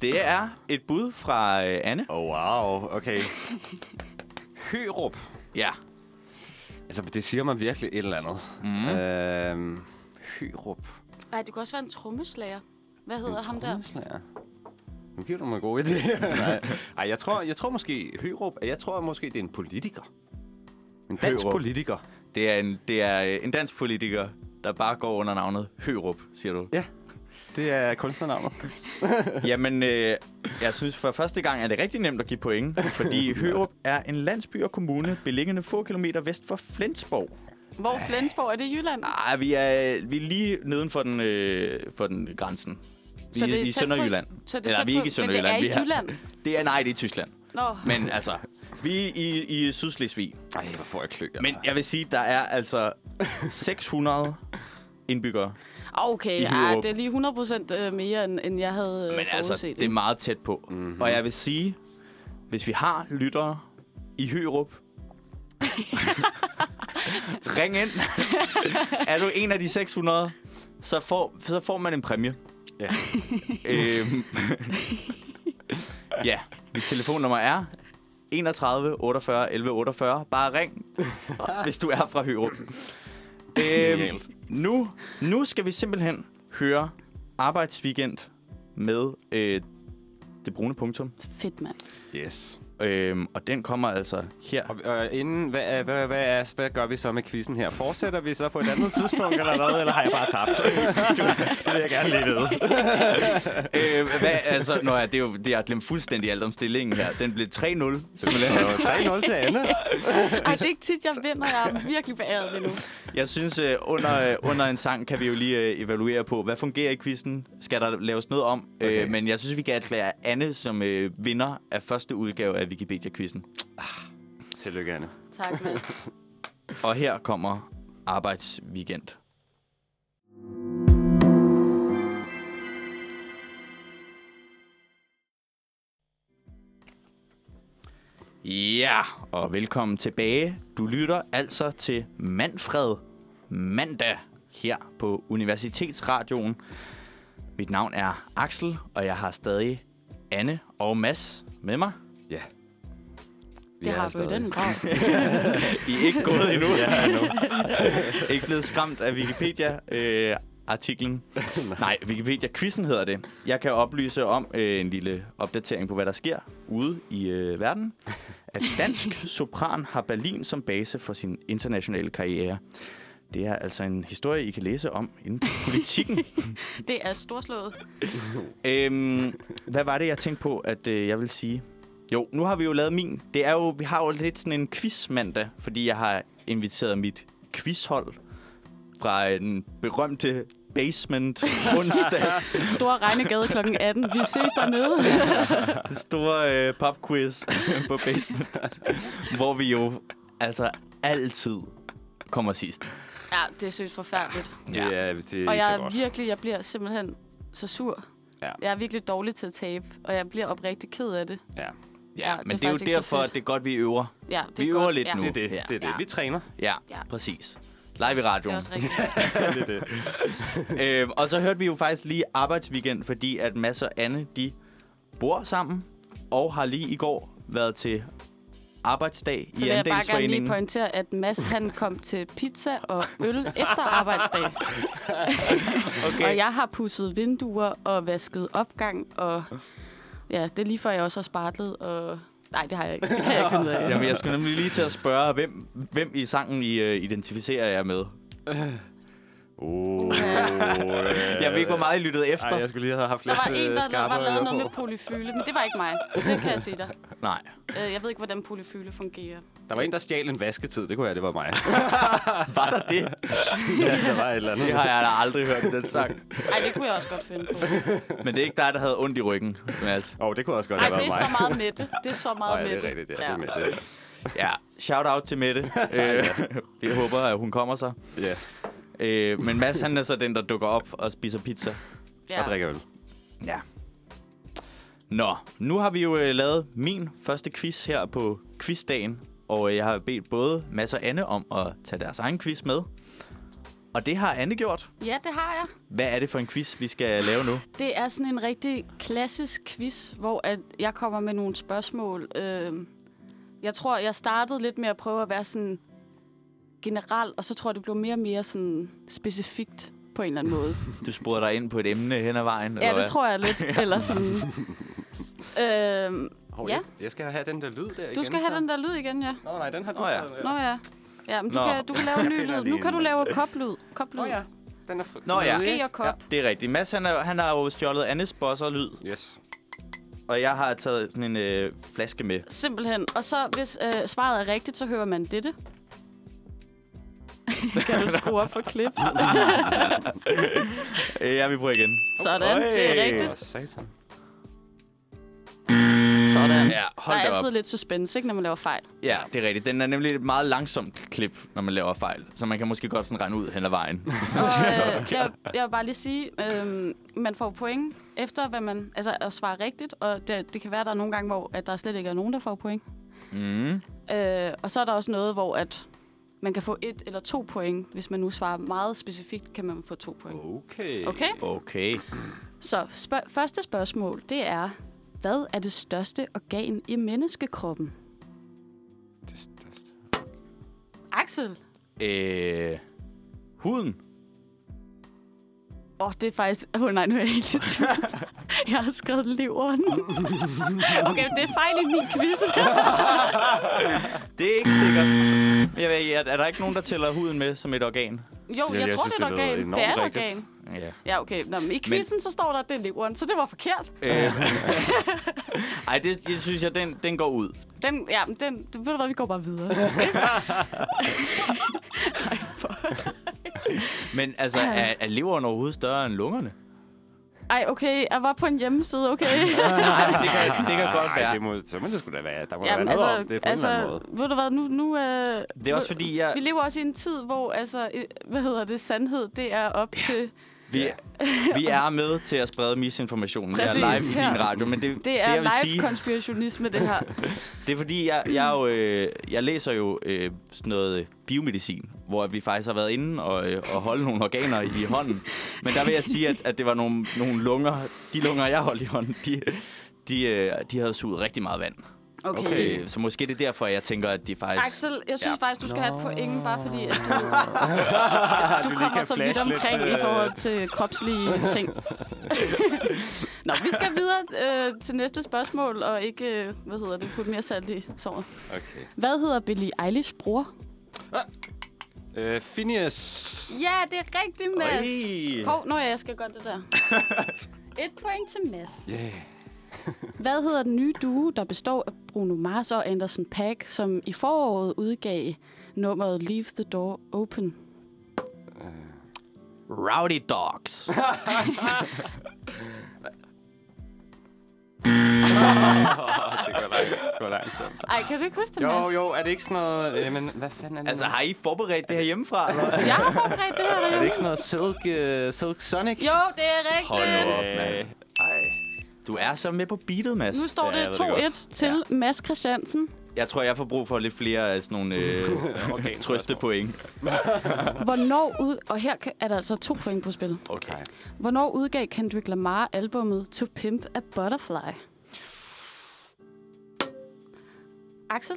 Det er et bud fra øh, Anne. Oh, wow. Okay. Hørup. Ja. Altså, det siger mig virkelig et eller andet. Mm. Øhm, Hørup. Ej, det kunne også være en trommeslager. Hvad hedder En ham der? trommeslager. Nu giver du mig gode idéer. Nej, Ej, jeg tror, jeg tror måske, Hørup, jeg tror måske, det er en politiker. En dansk Hørup. politiker. Det er en, det er øh, en dansk politiker, der bare går under navnet Hørup, siger du. Ja, det er kunstnernavnet. Jamen, øh, jeg synes for første gang er det rigtig nemt at give point, fordi Hørup er en landsby og kommune beliggende få kilometer vest for Flensborg. Hvor Flensborg? Er det i Jylland? Ej, vi er, vi er lige neden for den, øh, for den grænsen. Vi Så er det er i tæt på- Sønderjylland. så det er Eller tæt vi er på- ikke i men det er Sønderjylland. i vi Jylland? Det er, nej, det er i Tyskland. Nå, Men altså, vi er i, i Sydslesvig. Ej, hvor får jeg klø, altså. Men jeg vil sige, der er altså 600 indbyggere. Ah, okay. i Ej, Hyrup. det er lige 100 procent øh, mere, end, end jeg havde Men Men altså, forudset. det er meget tæt på. Mm-hmm. Og jeg vil sige, hvis vi har lyttere i Hørup, ring ind. er du en af de 600, så får, så får man en præmie. Ja. øhm, ja, mit telefonnummer er 31 48 11 48. Bare ring, hvis du er fra Hørup. Øhm, Genialt. nu, nu skal vi simpelthen høre arbejdsweekend med øh, det brune punktum. Fedt, mand. Yes. Øhm, og den kommer altså her. Og, og inden, hvad, er- hvad, hvad, er, hvad gør vi så med quizzen her? Fortsætter vi så på et andet tidspunkt eller hvad, eller har jeg bare tabt? det vil jeg gerne lige vide. øh, hvad, altså, nå ja, det er jo, det jeg har glemt fuldstændig alt om stillingen her. Den blev 3-0, simpelthen. Så 3-0 til Anne. Ej, det er ikke tit, jeg vinder. Jeg er virkelig beæret lige nu. Jeg synes, øh, under, øh, under en sang kan vi jo lige øh, evaluere på, hvad fungerer i quizzen? Skal der laves noget om? Okay. Øh, men jeg synes, vi kan erklære Anne som øh, vinder af første udgave af Wikipedia-quizzen. Tillykke, Anne. Tak, Mads. Og her kommer arbejdsweekend. Ja, og velkommen tilbage. Du lytter altså til Manfred Mandag her på Universitetsradioen. Mit navn er Axel, og jeg har stadig Anne og Mads med mig. Ja. Vi Det er her har du i stadig. den grad. I er ikke gået endnu. ja, endnu. ikke blevet skræmt af Wikipedia-artiklen. Nej, Nej Wikipedia-quizzen hedder det. Jeg kan oplyse om øh, en lille opdatering på, hvad der sker ude i øh, verden. At dansk sopran har Berlin som base for sin internationale karriere. Det er altså en historie, I kan læse om inden for politikken. Det er storslået. Øhm, hvad var det, jeg tænkte på, at øh, jeg vil sige? Jo, nu har vi jo lavet min. Det er jo, vi har jo lidt sådan en quiz-mandag, fordi jeg har inviteret mit quizhold fra øh, den berømte basement onsdags Stor regnegade kl. 18. Vi ses dernede. den store øh, popquiz på basement, hvor vi jo altså altid kommer sidst. Ja, det er sødt forfærdeligt. Det er, det er Og ikke jeg så er godt. virkelig, jeg bliver simpelthen så sur. Ja. Jeg er virkelig dårlig til at tabe, og jeg bliver oprigtig ked af det. Ja. Ja, men det det er er jo faktisk ikke så derfor, fedt. at det er godt, vi øver. Ja, det Vi er øver godt. lidt ja. nu. Det er det. Ja. det, er det. Ja. Vi træner. Ja, Ja. præcis. Live i Det er radioen. også rigtigt. øhm, og så hørte vi jo faktisk lige arbejdsweekend, fordi at Mads og Anne, de bor sammen, og har lige i går været til arbejdsdag Så i vil jeg bare gerne lige andelsforeningen. pointere, at Mads han kom til pizza og øl efter arbejdsdag. okay. Og jeg har pudset vinduer og vasket opgang, og ja, det er lige før jeg også har spartlet, og... Nej, det har jeg ikke. Det kan jeg ikke finde ud af. Jamen, jeg skulle nemlig lige til at spørge, hvem, hvem i sangen I øh, identificerer jer med? Øh, Oh, Jeg ved ikke, hvor meget I lyttede efter. Ej, jeg skulle lige have haft Der lidt var en, øh, der, der var skarpere lavet ører noget på. med polyfyle, men det var ikke mig. Det kan jeg sige dig. Nej. Øh, Jeg ved ikke, hvordan polyfyle fungerer. Der var en, der stjal en vasketid. Det kunne jeg, det var mig. Var der det? der var et eller andet. Det har jeg da aldrig hørt, den sang. Ej, det kunne jeg også godt finde på. Men det er ikke dig, der havde ondt i ryggen, Mads. Åh, oh, det kunne også godt Ej, have det været er mig. så meget med det. Det er så meget Ej, med det er rigtigt. Ja, det er med det. Ja, shout-out til Mette. Øh, vi håber, at hun kommer sig. Ja, Øh, men Mads, han er så den, der dukker op og spiser pizza. og drikker øl. Ja. Nå, nu har vi jo øh, lavet min første quiz her på quizdagen, og øh, jeg har bedt både Mads og Anne om at tage deres egen quiz med. Og det har Anne gjort. Ja, det har jeg. Hvad er det for en quiz, vi skal lave nu? Det er sådan en rigtig klassisk quiz, hvor at jeg kommer med nogle spørgsmål. Øh, jeg tror, jeg startede lidt med at prøve at være sådan generelt, og så tror jeg, det blev mere og mere sådan specifikt på en eller anden måde. Du spurgte dig ind på et emne hen ad vejen, eller ja, hvad? det tror jeg lidt. Eller sådan. øh, Hov, Ja. jeg, jeg skal have den der lyd der du igen. skal have den der lyd igen, ja. Nå, nej, den har du Åh, oh, ja. ja. Nå ja. Ja, men du, Nå. kan, du kan lave en ny finder lyd. lige Nu kan en. du lave koplyd. Koplyd. Nå ja, den er fri. Nå ja. Ske og kop. Det er rigtigt. Mads, han, er, han har jo stjålet Annes bosserlyd, Yes. og jeg har taget sådan en øh, flaske med. Simpelthen. Og så, hvis øh, svaret er rigtigt, så hører man dette. kan du skrue op for clips? Øh, jeg vil prøve igen. Sådan, det er Øj. rigtigt. Åh, satan. Sådan. Ja, Der hold er da op. altid lidt suspense, ikke, når man laver fejl. Ja, det er rigtigt. Den er nemlig et meget langsomt klip, når man laver fejl. Så man kan måske godt sådan regne ud hen ad vejen. Og, øh, jeg, jeg vil bare lige sige, øh, man får point efter, hvad man... Altså, at svare rigtigt, og det, det kan være, at der er nogle gange, hvor at der slet ikke er nogen, der får point. Mm. Øh, og så er der også noget, hvor at man kan få et eller to point. Hvis man nu svarer meget specifikt, kan man få to point. Okay. Okay? Okay. Så spørg- første spørgsmål, det er, hvad er det største organ i menneskekroppen? Det er størst. Axel? Øh, huden. Åh, oh, det er faktisk... Åh oh, nej, nu er jeg helt i tvivl. Jeg har skrevet leveren. Okay, det er fejl i min quiz. Det er ikke sikkert. Jeg ved, ikke, er, er der ikke nogen, der tæller huden med som et organ? Jo, jeg, jeg jeg tror, synes, det er det lyder et organ. enormt Det er et rigtigt. organ. Ja. Ja, okay. Nå, men i quizzen, så står der, at det er leveren, så det var forkert. Øh. Ej, det, det synes jeg, den, den går ud. Den, ja, men den, den, ved du hvad, vi går bare videre. Men altså, er, er leveren overhovedet større end lungerne? Ej, okay, jeg var på en hjemmeside, okay? Nej, det kan, det kan godt Ej, være. det må, så må det sgu da være. Der må Jamen, Jamen, være noget altså, altså, om det på altså, en eller anden altså måde. ved du hvad, nu... nu øh, Det er også fordi, jeg... Vi lever også i en tid, hvor, altså, øh, hvad hedder det, sandhed, det er op ja. til... Vi, vi er med til at sprede misinformationen. Præcis, Præcis, jeg er live i her. din radio, men det, det, Det det er jeg vil sige, live-konspirationisme, det her. det er fordi, jeg, jeg, er jo, øh, jeg læser jo øh, sådan noget øh, biomedicin, hvor vi faktisk har været inde og, øh, og holde nogle organer i hånden. Men der vil jeg sige, at, at det var nogle, nogle lunger, de lunger, jeg holdt i hånden, de, de, øh, de havde suget rigtig meget vand. Okay. Øh, så måske det er derfor, jeg tænker, at de faktisk... Axel, jeg synes Ja. ja. faktisk, du skal have et point, bare fordi at du, du, kommer så vidt omkring øh. i forhold til kropslige ting. Nå, vi skal videre øh, til næste spørgsmål, og ikke, øh, hvad hedder det, putte mere salt i såret. Okay. Hvad hedder Billie Eilish bror? Øh, Phineas. Ja, det er rigtigt, Mads. Øj. Hov, nå ja, jeg skal gøre det der. Et point til Mads. Yeah. Hvad hedder den nye duo, der består af Bruno Mars og Anderson Paak, som i foråret udgav nummeret Leave the Door Open? Rowdy Dogs. Det går langt. Det går langsomt. Ej, kan du ikke huske det, Mads? Jo, jo, er det ikke sådan noget... Jamen, hvad fanden er det? altså, har I forberedt det her hjemmefra? Eller? hvad? Jeg har forberedt det her Er det derhjemme. ikke sådan noget Silk, uh, Silk Sonic? Jo, det er Hold nu rigtigt. op, mand. Øh, Ej. Du er så med på beatet, Mads. Nu står det 2-1 til Mads Christiansen. Jeg tror, jeg får brug for lidt flere af sådan nogle øh, okay, trøstepoint. Hvornår ud... Og her kan- er der altså to point på spil. Okay. Hvornår udgav Kendrick Lamar albummet To Pimp a Butterfly? Axel?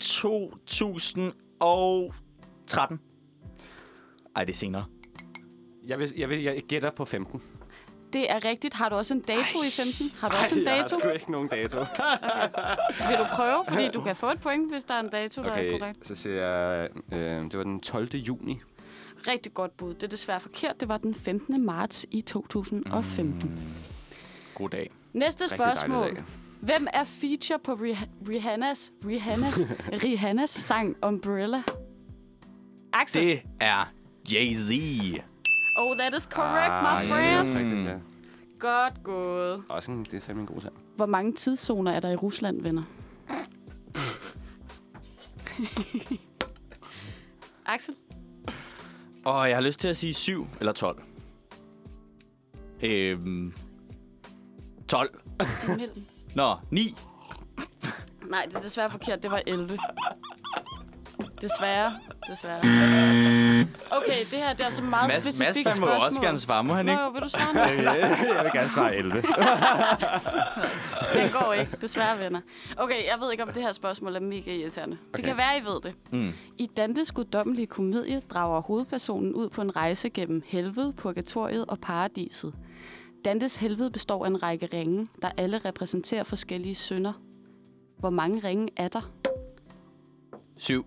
2013. Ej, det er senere. Jeg, vil, jeg, vil, jeg gætter på 15. Det er rigtigt. Har du også en dato i 15? Har du også en Jeg har dato? sgu ikke nogen dato. Vil du prøve? Fordi du kan få et point, hvis der er en dato, der er Okay, korrekt. så siger jeg... Øh, det var den 12. juni. Rigtig godt bud. Det er desværre forkert. Det var den 15. marts i 2015. God dag. Næste dejlig spørgsmål. Mm. dag. Hvem er feature på Rih- Rihannas, Rihannas, Rihannas sang Umbrella? Axel. Det er Jay-Z. Oh, that is correct, my Ah, friend. Også rigtigt, ja. Godt gået. Også en, det er fandme en god sang. Hvor mange tidszoner er der i Rusland, venner? Axel? Og jeg har lyst til at sige 7 eller 12. Øhm, 12. Nå, 9. Nej, det er desværre forkert. Det var 11. Desværre. Desværre. Okay, det her det er så meget Mads, Mads specifikt fandme spørgsmål. jo også gerne svare, må han Nå, ikke? jo, vil du svare nu? Jeg vil gerne svare 11. Den går ikke, desværre venner. Okay, jeg ved ikke, om det her spørgsmål er mega irriterende. Okay. Det kan være, I ved det. Hmm. Mm. I Dantes guddommelige komedie drager hovedpersonen ud på en rejse gennem helvede, purgatoriet og paradiset. Dantes helvede består af en række ringe, der alle repræsenterer forskellige synder. Hvor mange ringe er der? 7.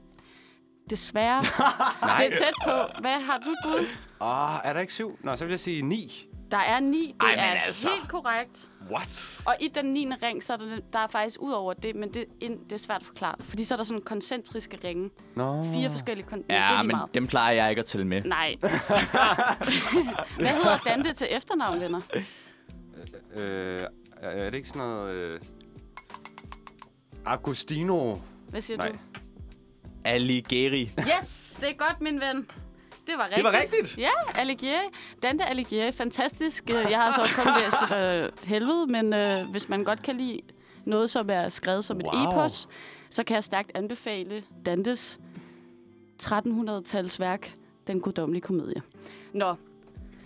Desværre. Det er tæt på. Hvad har du et bud? Åh, Ah, er der ikke syv? Nå, så vil jeg sige ni. Der er ni. Det Ej, men er altså. helt korrekt. What? Og i den 9. ring, så er der, der er faktisk ud over det, men det, ind, det er svært at forklare. Fordi så er der sådan koncentriske ringe. Nå. Fire forskellige kon- ja, det er Ja, lige men meget. dem plejer jeg ikke at tælle med. Nej. Hvad hedder Dante til efternavn, venner? Øh, er- er det ikke sådan noget... Øh... Agostino. Hvad siger Nej. du? Alighieri. Yes, det er godt, min ven. Det var rigtigt. var rigtigt? Ja, Alighieri. Dante Alighieri, fantastisk. Øh, Jeg har så også kun læst øh, helvede, men øh, hvis man godt kan lide noget, som er skrevet som wow. et epos, så kan jeg stærkt anbefale Dantes 1300-tals værk, Den guddommelige komedie. Nå,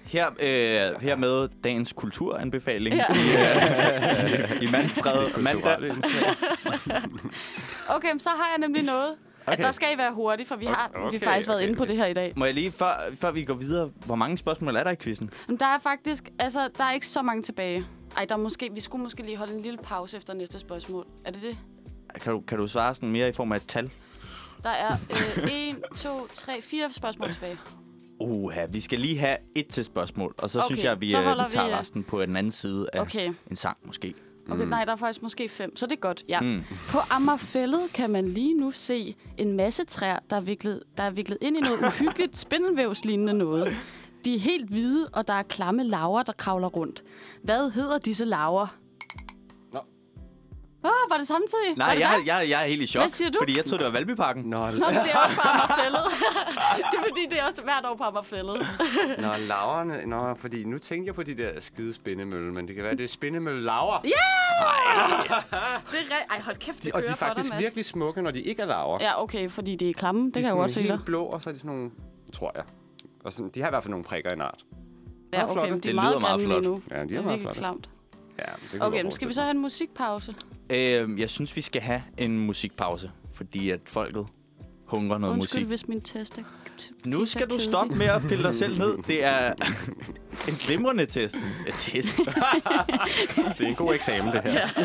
Her, øh, her med dagens kulturanbefaling Ja. ja. i Manfred mandag. okay, men så har jeg nemlig noget. Okay. At der skal I være hurtige, for vi har, okay, vi har faktisk været okay, inde på det her i dag. Må jeg lige, før, før vi går videre, hvor mange spørgsmål er der i quizzen? Men der er faktisk, altså, der er ikke så mange tilbage. Ej, der er måske, vi skulle måske lige holde en lille pause efter næste spørgsmål. Er det det? Kan du, kan du svare sådan mere i form af et tal? Der er øh, 1, 2, 3, 4 spørgsmål tilbage. Uha, vi skal lige have et til spørgsmål, og så Okay, okay, synes jeg, at vi, så øh, holder vi tager vi, øh, resten på den anden side af Okay. okay. en sang måske. Okay, mm. nej, der er faktisk måske fem, så det er godt. Ja. Mm. På Ammerfællet kan man lige nu se en masse træer, der er viklet, der er viklet ind i noget uhyggeligt spindelvævslignende noget. De er helt hvide, og der er klamme laver, der kravler rundt. Hvad hedder disse laver? Nå. Åh, var det samtidig? Nej, var det jeg, dig? jeg, jeg er helt i chok, Hvad siger du? fordi jeg troede, det var Valbyparken. Når, Nå, det er også på Amagerfællet. det er fordi, det er også hvert år på Amagerfællet. når laverne... Nå, fordi nu tænker jeg på de der skide spindemølle, men det kan være, det er spindemølle laver. Det er re- Ej, hold kæft, det og de kører er for dig, faktisk Mads. virkelig smukke, når de ikke er laver. Ja, okay, fordi det er klamme. Det de kan er jeg sådan jo godt se dig. helt blå, og så er de sådan nogle... Tror jeg. Og sådan, de har i hvert fald nogle prikker i nart. Ja, Meget flotte. okay, men de Det lyder er meget meget grimme lige flot. nu. Ja, de er Det meget virkelig flotte. klamt. Ja, det kan Okay, men skal vi så have en musikpause? Øh, jeg synes, vi skal have en musikpause, fordi at folket hungrer noget Undskyld, musik. hvis min test er... t- Nu test er skal du kedelig. stoppe med at pille dig selv ned. Det er en glimrende test. Eh, Test? Det er en god eksamen, det her. ja.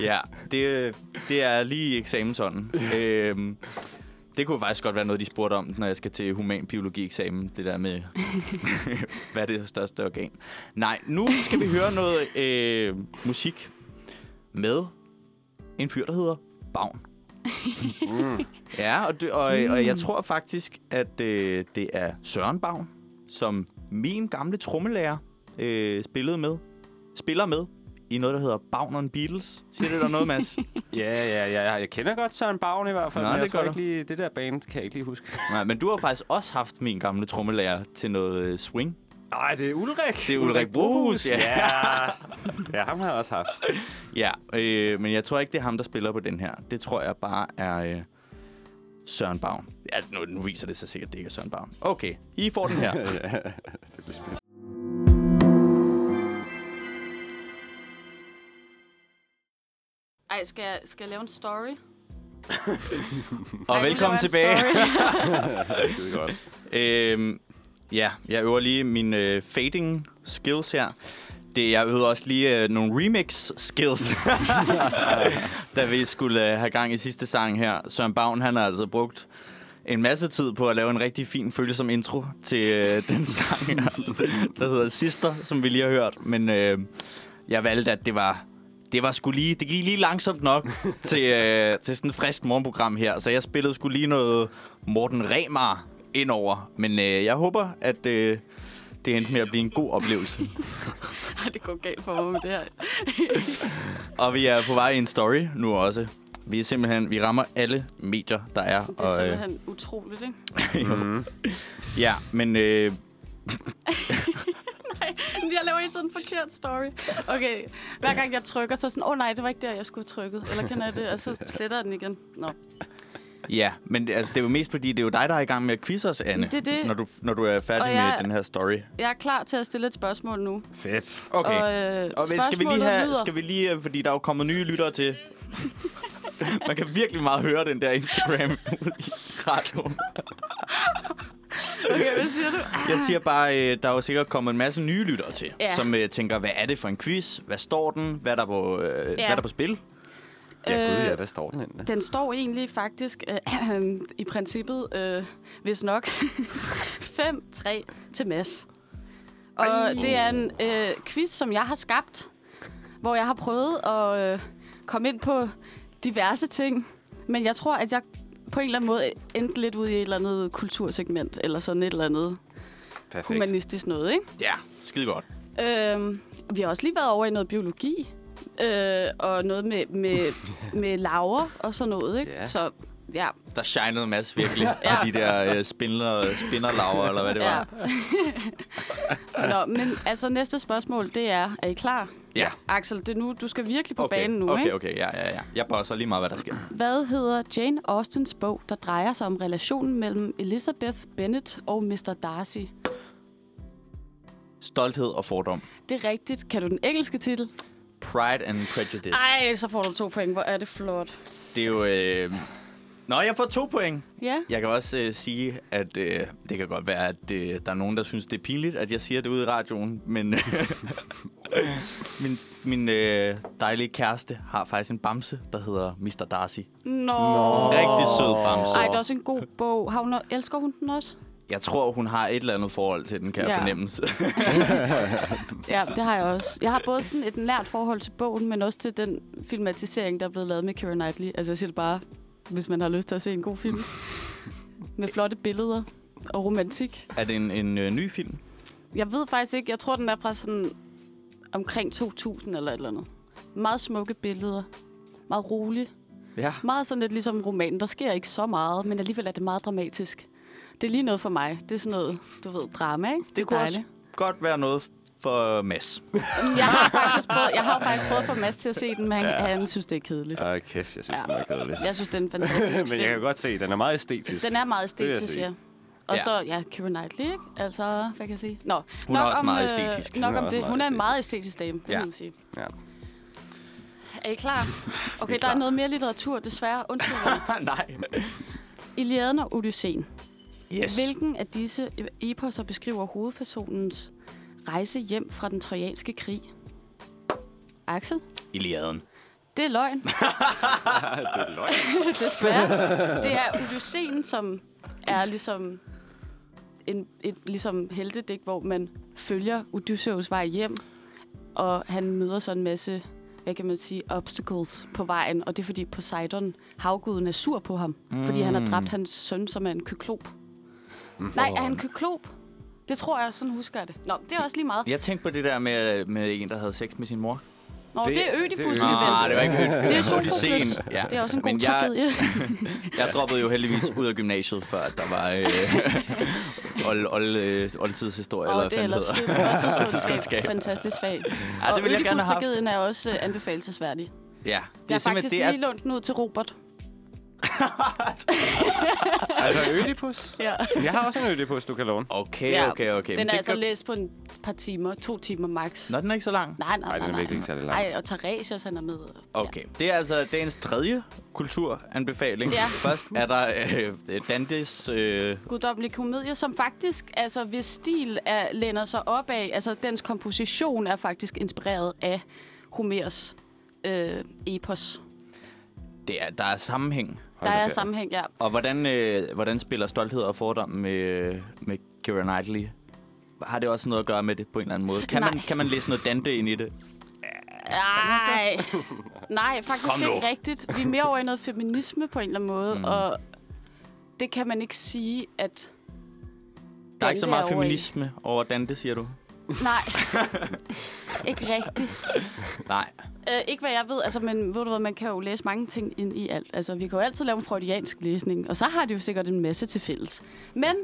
Ja, det, det er lige eksamensånden. Øhm, det kunne faktisk godt være noget, de spurgte om, når jeg skal til humanbiologi-eksamen. Det der med, hvad er det største organ? Nej, nu skal vi høre noget øh, musik med en fyr, der hedder Bavn. ja, og, det, og, øh, og jeg tror faktisk, at øh, det er Søren Bavn, som min gamle trommelærer øh, spillede med, spiller med i noget, der hedder Bavn on Beatles. Siger det der noget, Mads? Ja, ja, ja. Jeg kender godt Søren Bavn i hvert fald, Nå, Nå, men det jeg tror gør du. ikke lige, det der band kan jeg ikke lige huske. Nej, men du har faktisk også haft min gamle trommelærer til noget øh, swing. Nej, det er Ulrik. Det er Ulrik Brohus, ja. Ja. ja, ham har jeg også haft. Ja, øh, men jeg tror ikke, det er ham, der spiller på den her. Det tror jeg bare er øh, Søren Baum. Ja, nu, nu viser det sig sikkert, at det ikke er Søren Baum. Okay, I får den her. Ej, skal jeg, skal jeg lave en story? Og Ej, nu velkommen laver jeg en tilbage. story. Skide godt. Øhm, ja, jeg øver lige mine øh, fading skills her. Det, jeg øvede også lige øh, nogle remix skills, da vi skulle øh, have gang i sidste sang her. Søren Bavn, han har altså brugt en masse tid på at lave en rigtig fin følsom intro til øh, den sang her, der hedder Sister, som vi lige har hørt. Men øh, jeg valgte, at det var... Det var sgu lige, det gik lige langsomt nok til, øh, til sådan et frisk morgenprogram her, så jeg spillede sgu lige noget Morten Remar indover. Men øh, jeg håber, at øh, det endte med at blive en god oplevelse. Ej, det går galt for mig med det her. Og vi er på vej i en story nu også. Vi er simpelthen, vi rammer alle medier, der er. Det er øh, simpelthen utroligt, ikke? mm. Ja, men øh, Men Jeg laver hele tiden en forkert story. Okay, hver gang jeg trykker, så er jeg sådan, åh oh, nej, det var ikke der, jeg skulle have trykket. Eller kender jeg det? Og så sletter jeg den igen. Nå. ja, men det- altså, det er jo mest fordi, det er jo dig, der er i gang med at quizze os, Anne. Det er det. Når du, når du er færdig Og jeg- med den her story. Jeg er klar til at stille et spørgsmål nu. Fedt. Okay. Og, øh, Og men skal vi lige spørgsmålet have, lyder- skal vi lige, øh, fordi der er jo kommet nye lyttere til. Man kan virkelig meget høre den der Instagram i radioen. Okay, hvad siger du? Jeg siger bare, øh, der er jo sikkert kommet en masse nye lyttere til, Ja. som øh, tænker, hvad er det for en quiz? Hvad står den? Hvad er der på, øh, hvad er der på spil? Ja, gud, Øh, ja, hvad står den egentlig? Den står egentlig faktisk øh, i princippet, øh, hvis nok, 5-3 til Mads. Og Ej. det er en øh, quiz, som jeg har skabt, hvor jeg har prøvet at øh, komme ind på diverse ting. Men jeg tror, at jeg på en eller anden måde endte lidt ud i et eller andet kultursegment, eller sådan et eller andet Perfekt. humanistisk noget, ikke? Ja, skide godt. Øh, vi har også lige været over i noget biologi, øh, og noget med, med, med laver og sådan noget, ikke? Ja. Så ja, Der shinede en masse virkelig. Ja. ja. Og de der øh, spindler, spinderlaver, eller hvad det var. Ja. Nå, men altså næste spørgsmål, det er, er I klar? Ja. Axel, det er nu, du skal virkelig på Okay, banen nu, okay, ikke? okay, ja, ja, ja. Jeg bosser lige meget, hvad der sker. Hvad hedder Jane Austens bog, der drejer sig om relationen mellem Elizabeth Bennet og Mr. Darcy? Stolthed og fordom. Det er rigtigt. Kan du den engelske titel? Pride and Prejudice. Ej, så får du to point. Hvor er det flot. Det er jo... Øh... Nå, jeg får to point. Ja, Jeg kan også øh, sige, at øh, det kan godt være, at øh, der er nogen, der synes, det er pinligt, at jeg siger det ude i radioen, men min, min øh, dejlige kæreste har faktisk en bamse, der hedder Mr. Darcy. nå. Oh. Rigtig sød bamse. Ej, det er også en god bog. Har hun, elsker hun den også? Jeg tror, hun har et eller andet forhold til den, kan jeg Ja. fornemme. Ja, det har jeg også. Jeg har både sådan et nært forhold til bogen, men også til den filmatisering, der er blevet lavet med Keira Knightley. Altså jeg siger det bare, hvis man har lyst til at se en god film. med flotte billeder. og romantik. Er det en, en øh, ny film? Jeg ved faktisk ikke, jeg tror, den er fra sådan omkring 2000 eller et eller andet. Meget smukke billeder. Meget rolig. Ja. Meget sådan lidt ligesom romanen. Der sker ikke så meget, men alligevel er det meget dramatisk. Det er lige noget for mig. Det er sådan noget, du ved, drama, ikke? Det, det kunne også godt være noget for Mads. Også... Jeg har faktisk prøvet, jeg har faktisk prøvet at få Mads til at se den, men han, ja. han synes, det er kedeligt. Ej, kæft, jeg synes, ja. den er kedelig. Jeg synes, det er en fantastisk Men jeg kan film. godt se, at den er meget æstetisk. Den er meget vil jeg æstetisk, sige. ja. Og Ja. så, ja, Keira Knightley, ikke? Altså, hvad kan jeg sige? Nå, Hun er også meget øh, æstetisk. Nok Hun er om også det. meget Hun er en æstetisk. meget æstetisk dame, det Ja. ja. må man sige. Ja. Er I klar? Okay, der klar. er noget mere litteratur, desværre. Undskyld mig. Nej. Iliaden og Odysseen. Yes. Hvilken af disse eposer beskriver hovedpersonens rejse hjem fra den trojanske krig? Axel? Iliaden. Det er løgn. Det er løgn. Desværre. Det er Odysseen, som er ligesom en, et ligesom heltedigt, hvor man følger Odysseus vej hjem, og han møder så en masse, hvad kan man sige, obstacles på vejen, og det er fordi Poseidon, havguden, er sur på ham, mm. fordi han har dræbt hans søn, som er en kyklop. Mm. Nej, er han kyklop? Det tror jeg, sådan husker jeg det. Nå, det er også lige meget. Jeg tænkte på det der med, øh, med en, der havde sex med sin mor. Nå, det, det er Ødipus, det er min ven. Nej, det var ikke det. Det er Odysseen, Sofokles. ja. Ja. Det er også en god Men jeg- tragedie. Jeg droppede jo heldigvis ud af gymnasiet, før at der var øh, old, old, øh, oldtidshistorie. Åh, eller oh, det er hvad ellers fanden fedt. hedder. Oldtidskundskab. Oldtidskundskab. Fantastisk fag. Ja, det og vil jeg gerne have haft. Ødipus-tragedien er også øh, anbefalesværdig. Ja, det Jeg er har faktisk simpelthen det, lige at lånt den ud til Robert. Altså, Ødipus. Ja. Jeg har også en Ødipus, du kan låne. Okay, okay, okay. Men Den er det altså gør- læst på en par timer, to timer max. Nå, den er ikke så lang. Nej, nej, nej. den er nej, virkelig nej. ikke særlig lang. Ej, og Theresias, han er med. Okay, det er altså dagens tredje kulturanbefaling. Ja. Først er der øh, Dantes... Øh, guddommelig komedie, som faktisk, altså hvis stil er, læner sig op af, altså dens komposition er faktisk inspireret af Homers øh, epos. det er, der er sammenhæng. Der da er ferie. sammenhæng, ja. Og hvordan, øh, hvordan spiller Stolthed og Fordom med, øh, med Keira Knightley? Har det også noget at gøre med det på en eller anden måde? Kan, man, Nej. kan man læse noget Dante ind i det? Nej, nej, faktisk Kom nu. ikke rigtigt. Vi er mere over i noget feminisme på en eller anden måde, mm. og det kan man ikke sige, at... Der er ikke så Dante meget er over i- feminisme over Dante, siger du? Nej, ikke rigtigt. Nej. Øh, ikke hvad jeg ved, altså, men ved du hvad, man kan jo læse mange ting ind i alt. Altså, vi kan jo altid lave en freudiansk læsning, og så har de jo sikkert en masse til fælles. Men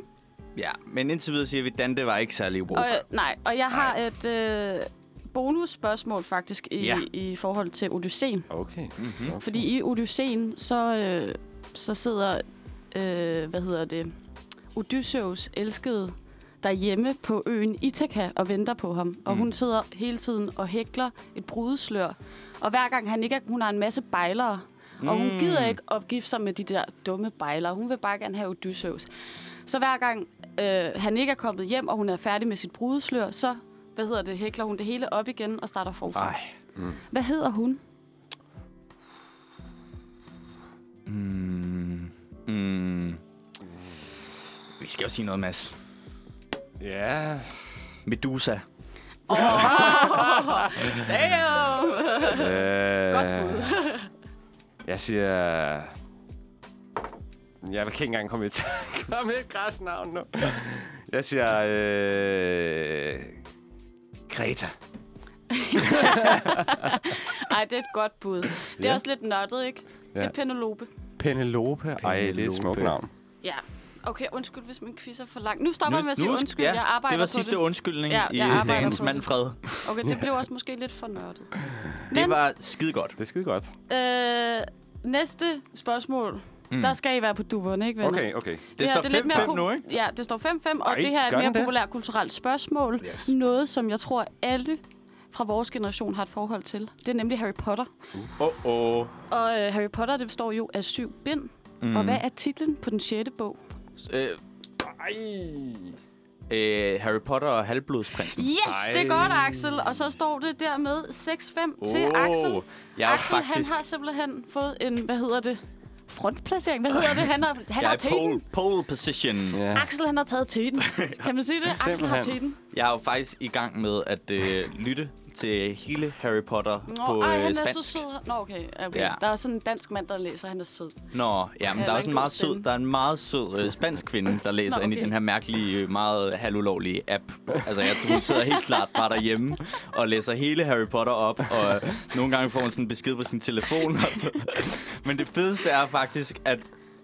Ja, men indtil videre siger vi, at Dante var ikke særlig woke. Og, øh, nej, og jeg har et øh, bonusspørgsmål faktisk i, Ja. ja. i forhold til Odysseen. Okay. Fordi i Odysseen, så, øh, så sidder, øh, hvad hedder det, Odysseus elskede derhjemme på øen Ithaka og venter på ham. Og hun sidder hele tiden og hækler et brudeslør. Og hver gang han ikke er, hun har en masse bejlere. Og hun gider ikke at gifte sig med de der dumme bejlere. Hun vil bare gerne have Odysseus. Så hver gang øh, han ikke er kommet hjem, og hun er færdig med sit brudeslør, så hvad hedder det, hækler hun det hele op igen og starter forfra. Ej. Hvad hedder hun? Mm. Vi skal jo sige noget, Mads. Ja. Medusa. Damn! Øh, Godt bud. Jeg siger... Jeg kan ikke engang komme i tanke om et græsnavn nu. Jeg siger... Øh... Greta. Ej, det er et godt bud. Det er også lidt nørdet, ikke? Ja. Det er Penelope. Penelope. Ej, det er et Penelope. smukt navn. Ja. Okay, undskyld, hvis min quiz er for lang. Nu stopper jeg med at sige undskyld. ja, jeg arbejder det var på sidste det. undskyldning Ja, i jeg arbejder dagens på det. mandfred. Okay, det blev også måske lidt for nørdet. Det Men- var skide godt. Det er skide godt. Øh, næste spørgsmål. Mm. Der skal I være på duverne, ikke venner? Okay, okay. Det her, står er lidt mere 5-5 po- nu, ikke? Ja, det står 5-5, og Ej, det her er et gør mere den det? populært kulturelt spørgsmål. Yes. Noget, som jeg tror, alle fra vores generation har et forhold til. Det er nemlig Harry Potter. Åh, oh, oh. Og øh, Harry Potter, det består jo af syv bind. Mm. Og hvad er titlen på den sjette bog? Øh, øh, Harry Potter og Halvblodsprinsen. Yes, Ej. det er godt, Axel. Og så står det dermed 6-5 oh. til Axel. Jeg er Axel, faktisk... han har simpelthen fået en, hvad hedder det, frontplacering. Hvad hedder det? Han har, han jeg er har i teten. pole, pole position. Ja. Axel, han har taget teten. Kan man sige det? Axel har Simpelthen. teten. Jeg er jo faktisk i gang med at øh, lytte til hele Harry Potter Nå, på ej, øh, han er spansk. så sød. Nå, okay. okay. Ja. Ja. Der er også sådan en dansk mand, der læser, han er sød. Nå, ja, men der Ja, er der også en er en meget god stemme. sød, der er en meget sød øh, spansk kvinde, der læser Nå, okay. ind i okay. den her mærkelige, øh, meget halvulovlige app. Altså, jeg, hun sidder helt klart bare derhjemme og læser hele Harry Potter op, og øh, nogle gange får hun sådan en besked på sin telefon. Og sådan. noget. Men det fedeste er faktisk, at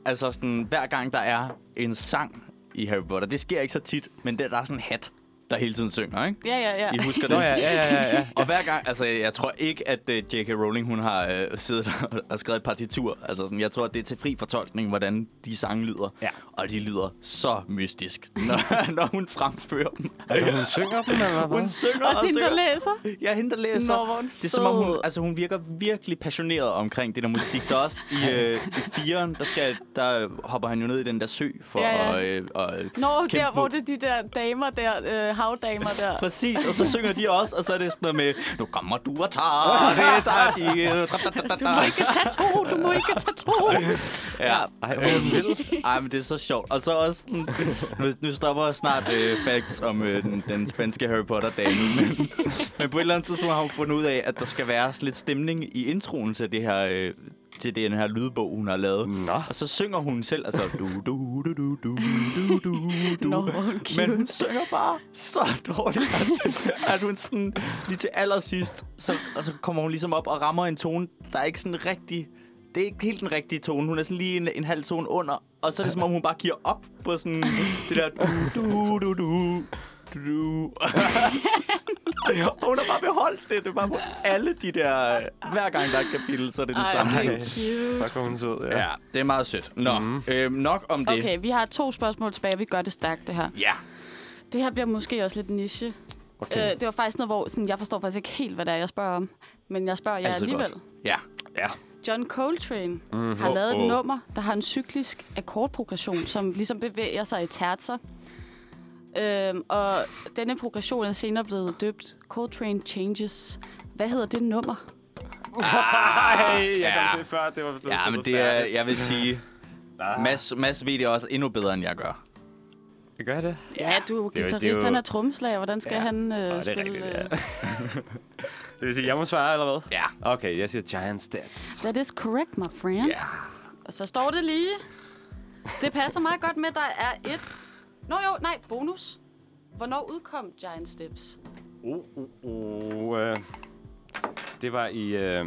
altså sådan, hver gang der er en sang i Harry Potter, det sker ikke så tit, men der, der er sådan en hat, der hele tiden synger, ikke? Ja, ja, ja. I husker det? Nå ja, ja, ja, ja, ja. Og hver gang, altså jeg tror ikke, at uh, J.K. Rowling, hun har uh, siddet og, og skrevet et partitur. Altså sådan, jeg tror, at det er til fri fortolkning, hvordan de sange lyder. Ja. Og de lyder så mystisk, når, når hun fremfører dem. Altså, hun synger dem, eller hvad? Hun synger Også hende, der læser. Ja, hende, der læser. Nå, hvor er hun det er som om, hun, sød. altså, hun virker virkelig passioneret omkring det der musik. Der er også i, øh, i firen, der, skal, der hopper han jo ned i den der sø for Ja, ja. at... Øh, og, Nå, kæmpe der, mod- hvor det er de der damer der, øh, havdamer der. Præcis, og så synger de også, og så er det sådan noget med, nu kommer du og tager det, der er de... øh, Du må ikke tage to, du må ikke tage to. Ja. Ej, hvor er hun vild. Ej, men det er så sjovt. Og så også sådan, nu, nu stopper snart øh, facts om øh, den, den spanske Harry Potter-dame. Men, men på et eller andet tidspunkt har hun fundet ud af, at der skal være sådan lidt stemning i introen til det her... Øh, til den her lydbog, hun har lavet. Nå. Og så synger hun selv, altså... Du, du, du, du, du, du, du, du. Nå, hvor er hun Men cute. hun synger bare så dårligt, at, at hun sådan lige til allersidst, så, og så kommer hun ligesom op og rammer en tone, der er ikke sådan rigtig... Det er ikke helt den rigtige tone. Hun er sådan lige en, en halv tone under, og så er det som om, hun bare giver op på sådan det der du, du, du, du, du, du. og hun har bare beholdt det. Det er bare på alle de der... Hver gang der er et kapitel, så er det den samme Ej, ting. hvor cute. Fuck, hvor hun sød, ja. Ja, det er meget sødt. Nå, mm. øh, nok om det. Okay, vi har to spørgsmål tilbage. Vi gør det stærkt, det her. Ja. Det her bliver måske også lidt niche. Okay. Øh, det var faktisk noget, hvor sådan, jeg forstår faktisk ikke helt, hvad det er, jeg spørger om. Men jeg spørger jer Altid alligevel. altså godt. Ja. Ja. John Coltrane mm-hmm. har lavet Åh, åh. et nummer, der har en cyklisk akkordprogression, som ligesom bevæger sig i terser. Øhm, og denne progression er senere blevet døbt Coltrane Changes. Hvad hedder det nummer? Ej, jeg Ja. kom til før, det var blevet Ja, men stillet det er, færdigt. jeg vil sige, Mads, Mads ved det også endnu bedre, end jeg gør. Gør jeg det? Ja, du er er jo- guitarist, han er trommeslager. Hvordan skal ja. han øh, er spille? rigtigt, øh, ja. Det vil sige, jeg må svare, eller hvad? Ja. Okay, jeg siger Giant Steps. That is correct, my friend. Yeah. Og så står det lige. Det passer meget godt med, at der er et... Nå jo, nej, bonus. Hvornår udkom Giant Steps? Uh, uh, uh, øh. Det var i... Øh,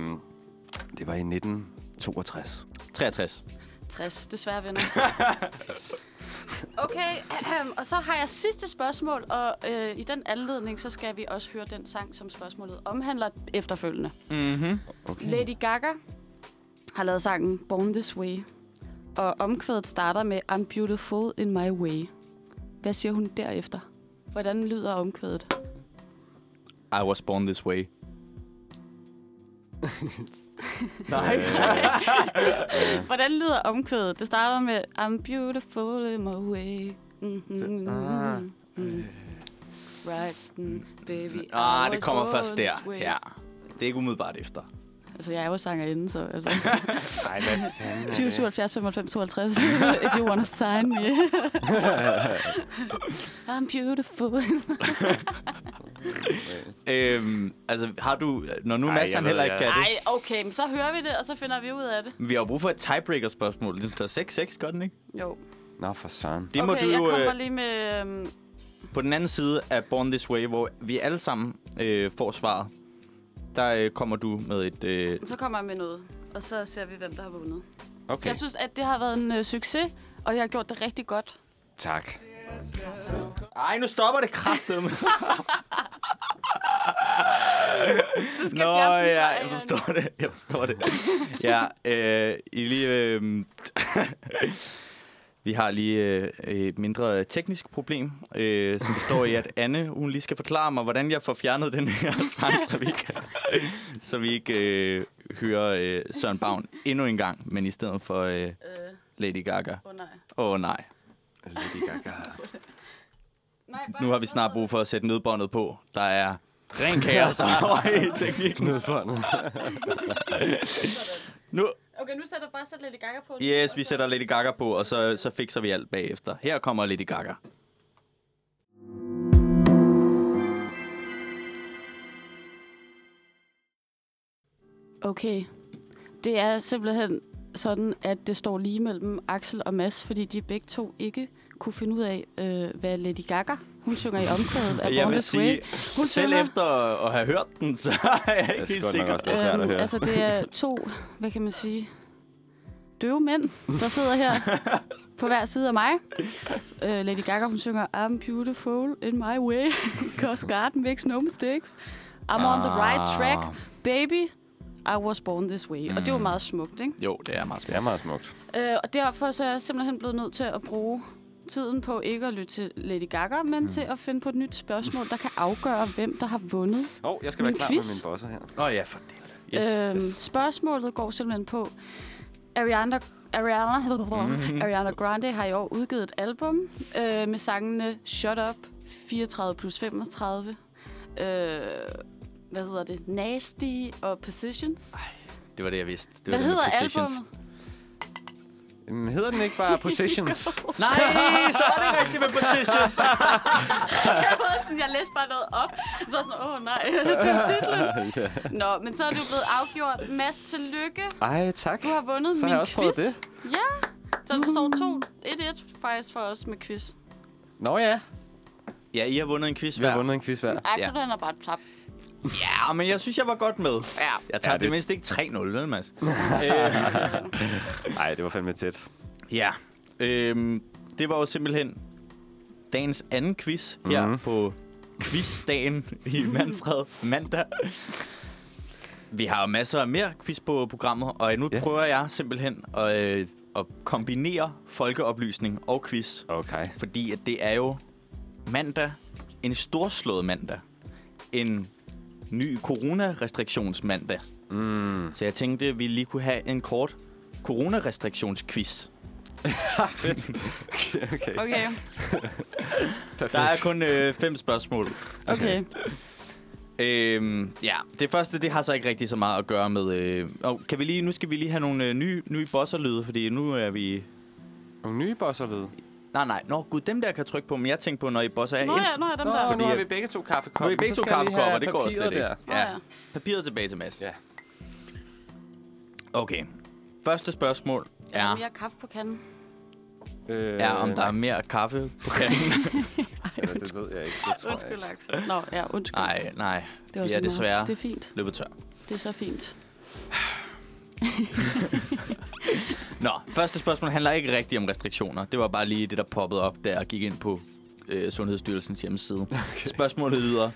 det var i 1962. 63. 60, desværre venner. Okay, og så har jeg sidste spørgsmål, og øh, i den anledning, så skal vi også høre den sang, som spørgsmålet omhandler efterfølgende. Mm-hmm. Lady Gaga har lavet sangen Born This Way, og omkvædet starter med I'm beautiful in my way. Hvad siger hun derefter? Hvordan lyder omkvædet? I was born this way. Nej. Hvordan lyder omkvædet? Det starter med I'm beautiful in my way. Mm-hmm. ah. Mm. Right, mm, baby. I Ah, det was kommer born først der. this way. Ja. Det er ikke umiddelbart efter. Altså, jeg er jo sangerinde, så altså. Ej, hvad fanden 20, 77, 95, 52, if you wanna sign me. I'm beautiful. Øhm, altså, har du... Når nu Ej, Mads jeg han ved, heller ikke jeg- kan Ej, det. okay, men så hører vi det, og så finder vi ud af det. Vi har jo brug for et tiebreaker-spørgsmål. Der er 6-6, gør den ikke? Jo. Nå, for søren. Det må okay, du jeg jo... kommer Øh, lige med... øhm, på den anden side af Born This Way, hvor vi alle sammen øh, får svaret, der øh, kommer du med et... Øh, Så kommer jeg med noget, og så ser vi, hvem der har vundet. Okay, Jeg synes, at det har været en øh, succes, og jeg har gjort det rigtig godt. tak. Ej, nu stopper det kraftedeme. Nå, fjerne den ja, fra jeg Iron. forstår det. Jeg forstår det. ja, øh, I lige... Øh, vi har lige øh, et mindre øh, teknisk problem, øh, som består i, at Anne, hun lige skal forklare mig, hvordan jeg får fjernet den her sang, så vi ikke, så vi ikke øh, hører øh, Søren Bavn endnu en gang, men i stedet for øh, Øh, Lady Gaga. oh, nej. Åh oh, nej. Lady Gaga. Nej, bare Nu har vi snart brug for at sætte nødbåndet på. Der er ren kaos over i teknikken. Nødbåndet. Nu, Okay, nu sætter bare sæt Lady Gaga på. yes, vi sætter Lady Gaga på, og så, så fikser vi alt bagefter. Her kommer Lady Gaga. Okay. Det er simpelthen sådan, at det står lige mellem Axel og Mads, fordi de begge to ikke kunne finde ud af, øh, hvad Lady Gaga, hun synger i omkvædet af Jeg Born vil This Way. sige, selv Hun synger- efter at have hørt den, så er jeg ikke er helt sgu nok sikker. også det. er svært at høre. altså, det er to, hvad kan man sige, døve mænd, der sidder her på hver side af mig. Uh, Lady Gaga, hun synger, I'm beautiful in my way, cause God makes no mistakes. I'm on Ah. the right track, baby. I was born this way. Mm. Og det var meget smukt, ikke? Jo, det er meget Det svært. er meget smukt. Øh, og derfor så er jeg simpelthen blevet nødt til at bruge tiden på ikke at lytte til Lady Gaga, men mm. til at finde på et nyt spørgsmål, der kan afgøre, hvem der har vundet. Åh, oh, jeg skal være Min klar quiz? med min bosser her. Nå ja, for det. Yes, Øhm, yes. Spørgsmålet går simpelthen på, Ariana, Ariana, Ariana Grande har i år udgivet et album øh, med sangene Shut Up, 34 plus 35, øh, hvad hedder det, Nasty og Positions. Det var det, jeg vidste. Det var Hvad det med hedder positions. albumet? Jamen, hedder den ikke bare Positions? Nej, så var det ikke rigtigt med positions. Jeg var sådan, jeg læste bare noget op, så var jeg sådan, åh oh, nej, det var titlen. Nå, men så er det jo blevet afgjort. Mads, tillykke. Ej, tak. Du har vundet Ah, Så har min jeg også quiz. prøvet det. Ja, så det står 2-1-1 faktisk for os med quiz. Nå ja, Ja, I har vundet en quiz vi har hver. vundet en quiz hver. Axel, ja. han har bare tabt. Ja, men jeg synes, jeg var godt med. Ja. Jeg tager ja, det, det mindst ikke 3-0, vel, Mads? øh, Nej, det var fandme tæt. ja. Øhm, det var jo simpelthen dagens anden quiz her mm-hmm. på quizdagen i Manfred mandag. Vi har jo masser af mere quiz på programmet, og nu Ja. prøver jeg simpelthen at, øh, at kombinere folkeoplysning og quiz. Okay. Fordi at det er jo mandag, en storslået mandag, en ny coronarestriktionsmandag. Mm. Så jeg tænkte, at vi lige kunne have en kort coronarestriktionsquiz. okay. Okay, Der er kun øh, fem spørgsmål. okay. Øhm, ja, det første, det har så ikke rigtig så meget at gøre med... Øh, og kan vi lige, nu skal vi lige have nogle øh, nye, nye bosserlyde, fordi nu er vi... Nogle nye bosser ved. Nej, nej, nå gud, dem der kan jeg trykke på, men jeg tænkte på, når I bosser er Nå ja, nå ja, dem der. Fordi- nu har vi begge to kaffekopper. Nu er I begge så to skal jeg lige have kaffekopper, det går papiret slet ikke. der. Nå ja. Papiret tilbage til Mads. Ja. Okay. Første spørgsmål Ja. er, Mere kaffe på kanden. Øh, er om der er mere kaffe på kanden. Eller, det ved jeg ikke, det tror jeg Undskyld, ikke. Axel. Nå, ja, undskyld. nej, nej. det var ja, desværre. Det er fint. Løbet tør. Det er så fint. Nå, første spørgsmål handler ikke rigtigt om restriktioner. Det var bare lige det, der poppede op, da jeg gik ind på øh, Sundhedsstyrelsens hjemmeside. Okay. Spørgsmålet lyder,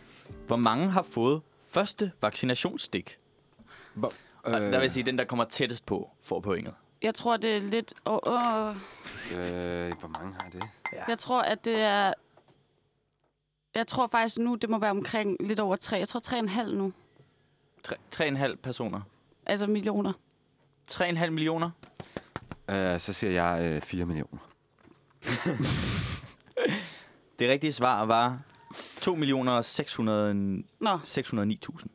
hvor mange har fået første vaccinationsstik? Øh. Der vil jeg sige, den, der kommer tættest på, får pointet. Jeg tror, det er lidt... Åh, åh. Øh, hvor mange har det? Jeg tror, at det er... Jeg tror faktisk nu, det må være omkring lidt over tre. Jeg tror tre og en halv nu. Tre- Tre, 3,5 personer. Altså millioner. 3,5 millioner? Øh, så siger jeg øh, 4 millioner. Det rigtige svar var 2 millioner 600 Nå, 609.000.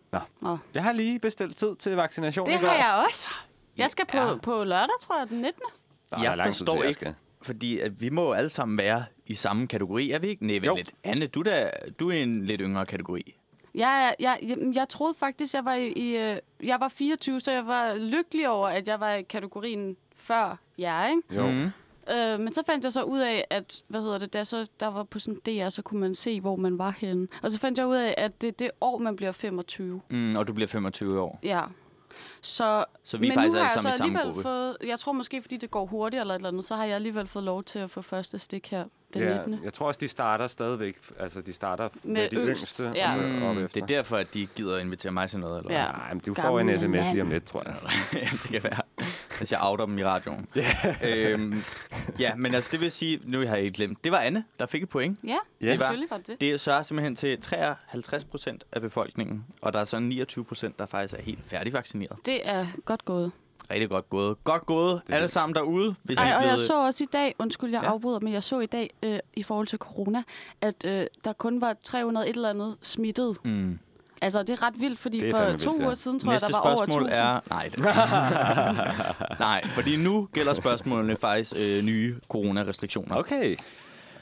nå. Jeg har lige bestilt tid til vaccination. Det i går. har jeg også. Jeg skal på, Ja. på lørdag, tror jeg, den 19. Der Jeg er lang tid forstår til, ikke. skal. Fordi at vi må jo alle sammen være i samme kategori, er vi ikke? Nej, Jo. vel lidt. Anne, du, der, du er i en lidt yngre kategori. Jeg, jeg, jeg, jeg troede faktisk, jeg var i, i, øh, jeg var 24, så jeg var lykkelig over, at jeg var i kategorien før jer, ikke? Jo. Mm. Mm-hmm. Øh, men så fandt jeg så ud af, at hvad hedder det, der, så, der var på sådan DR, så kunne man se, hvor man var henne. Og så fandt jeg ud af, at det er det år, man bliver 25. Mm, og du bliver 25 år. Ja. Så, Så vi er men faktisk nu alle har jeg så sammen i samme alligevel gruppe. fået, jeg tror måske, fordi det går hurtigt eller et eller andet, så har jeg alligevel fået lov til at få første stik her den Ja, 19. jeg tror også, de starter stadigvæk. Altså, de starter med, Med de yngst, yngste. ja. Og så op Mm, efter. det er derfor, at de gider at invitere mig til noget, eller Ja. hvad? Nej, men du får Gamle en sms mand. lige om lidt, tror jeg. det kan være, hvis jeg outer dem i radioen. øhm, ja, men altså, det vil sige, nu har jeg ikke glemt. Det var Anne, der fik et point. Ja, Ja. selvfølgelig var det det. Det svarer simpelthen til 53 procent af befolkningen, og der er så 29 procent, der faktisk er helt færdigvaccineret. Det er godt gået. Rigtig godt gået. Godt gået, alle sammen derude. Hvis I Ej, er og jeg Ligesom blevet- så også i dag, undskyld, jeg Ja. ja. afbryder, men jeg så i dag øh, i forhold til corona, at øh, der kun var 300 et eller andet smittet. Mm. Altså, det er ret vildt, fordi Det er for fandme to vildt, ja. uger siden, tror Næste jeg, der var over spørgsmål 1000. er... Nej, det... Nej, fordi nu gælder spørgsmålene faktisk øh, nye coronarestriktioner. Okay.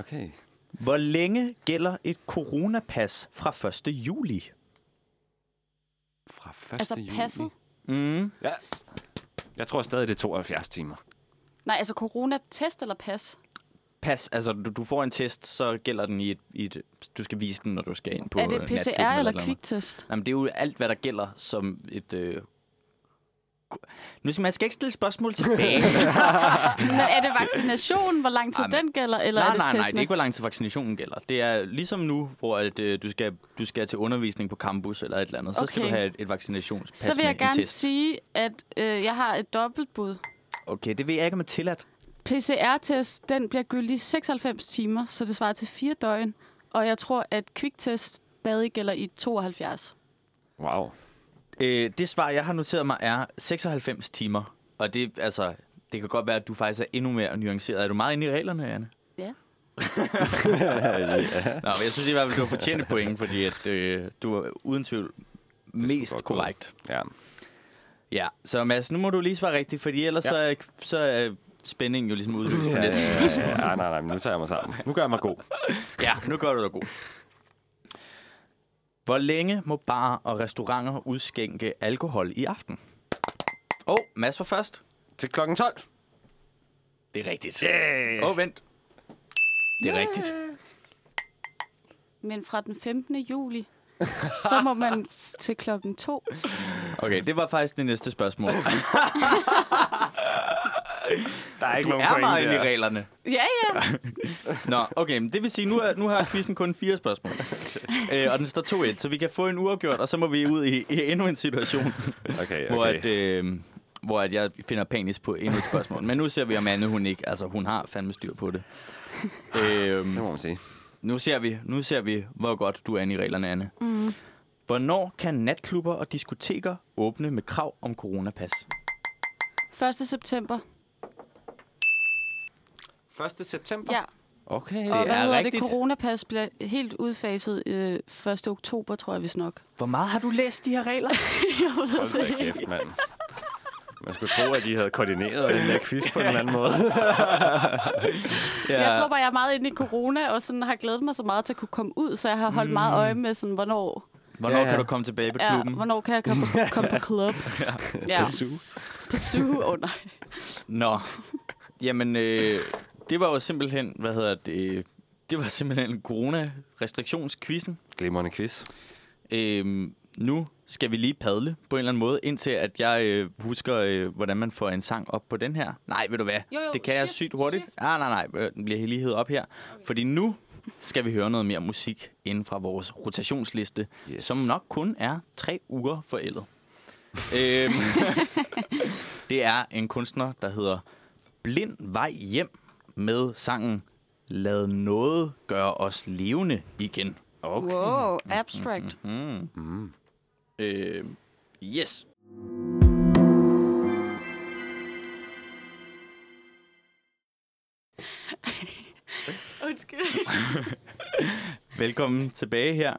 Okay. Hvor længe gælder et coronapas fra 1. juli? Fra 1. Altså, juni. passet? Mm. Ja. Jeg tror stadig, det er 72 timer. Nej, altså corona-test eller pas? Pas, altså du, du får en test, så gælder den i et, i et... Du skal vise den, når du skal ind på er det øh, natklubben PCR eller et andet. kviktest? Jamen, det er jo alt, hvad der gælder som et... Øh... ku- Nu skal man skal ikke stille spørgsmål tilbage. Nå, er det vaccination, hvor lang tid Ej, men- den gælder, eller er nej, det nej, nej, det testene? er ikke, hvor lang tid vaccinationen gælder. Det er ligesom nu, hvor at, øh, du, skal, du skal til undervisning på campus eller et eller andet. Okay. Så skal du Okay. have et, et vaccinationspas Så vil jeg med en gerne test. sige, at øh, jeg har et dobbeltbud. Okay, det ved jeg ikke, om jeg er tilladt. PCR-test, den bliver gyldig 96 timer, så det svarer til fire døgn. Og jeg tror, at kviktest stadig gælder i 72. Wow. Øh, det svar, jeg har noteret mig, er 96 timer. Og det, altså, det kan godt være, at du faktisk er endnu mere nuanceret. Er du meget inde i reglerne, Anne? Ja. Nå, men jeg synes i hvert fald, du har fortjent et point, fordi at, øh, du er uden tvivl mest godt gå. korrekt. Ja. Ja, så Mads, nu må du lige svare rigtigt, fordi ellers ja. så, er, Ja. så er spændingen jo ligesom udløst for Ja, næste ja, ja, nej, nej, nej, men nu tager jeg mig sammen. Nu gør jeg mig god. Ja, nu gør du dig god. Hvor længe må barer og restauranter udskænke alkohol i aften? Åh, oh, Mads var først. Til klokken 12. Det er rigtigt. Åh, yeah. oh, vent. Det er yeah. rigtigt. Men fra den 15. juli, så må man f- til klokken to. Okay, det var faktisk det næste spørgsmål. Du Der er ikke er meget inde i reglerne. Ja, ja. Nå, okay, men det vil sige, nu, er, nu har quizzen kun fire spørgsmål. øh, og den står 2-1, så vi kan få en uafgjort, og så må vi ud i, i endnu en situation, okay. Okay, hvor, okay. at, øh, hvor at jeg finder panisk på endnu et spørgsmål. Men nu ser vi, om Anne hun ikke, altså hun har fandme styr på det. øh, Det må man sige. nu, ser vi, nu ser vi, hvor godt du er inde i reglerne, Anne. Mm. Hvornår kan natklubber og diskoteker åbne med krav om coronapas? 1. september. 1. september? Ja. Okay. Og hvad er hedder rigtigt. det? Coronapas bliver helt udfaset øh, 1. oktober, tror jeg vist nok. Hvor meget har du læst de her regler? Hold da kæft, mand. Man skulle tro, at de havde koordineret den der quiz på en eller anden måde. Ja. Jeg tror bare, jeg er meget inde i corona, og sådan har glædet mig så meget til at kunne komme ud, så jeg har holdt mm. meget øje med, sådan, hvornår, Hvornår ja, Ja, ja. ja. kan du komme tilbage på ja, klubben? hvornår kan jeg komme, på- komme på club. ja. På suge. På suge, oh, nej. Nå, jamen øh, det var jo simpelthen, hvad hedder det, det var simpelthen corona-restriktionskvisten. Glimrende quiz. Øh, nu skal vi lige padle på en eller anden måde, indtil at jeg øh, husker, øh, hvordan man får en sang op på den her. Nej, ved du hvad, Jo, jo, det kan jeg shift, sygt hurtigt. shift. Ah, nej, nej, øh, den bliver lige hævet op her. Okay. Fordi nu skal vi høre noget mere musik inden fra vores rotationsliste, yes. Yes. som nok kun er tre uger forældet. øhm, det er en kunstner, der hedder Blind Vej Hjem med sangen Lad noget gøre os levende igen. Okay. Wow, abstract. Øh, yes. Undskyld. Velkommen tilbage her.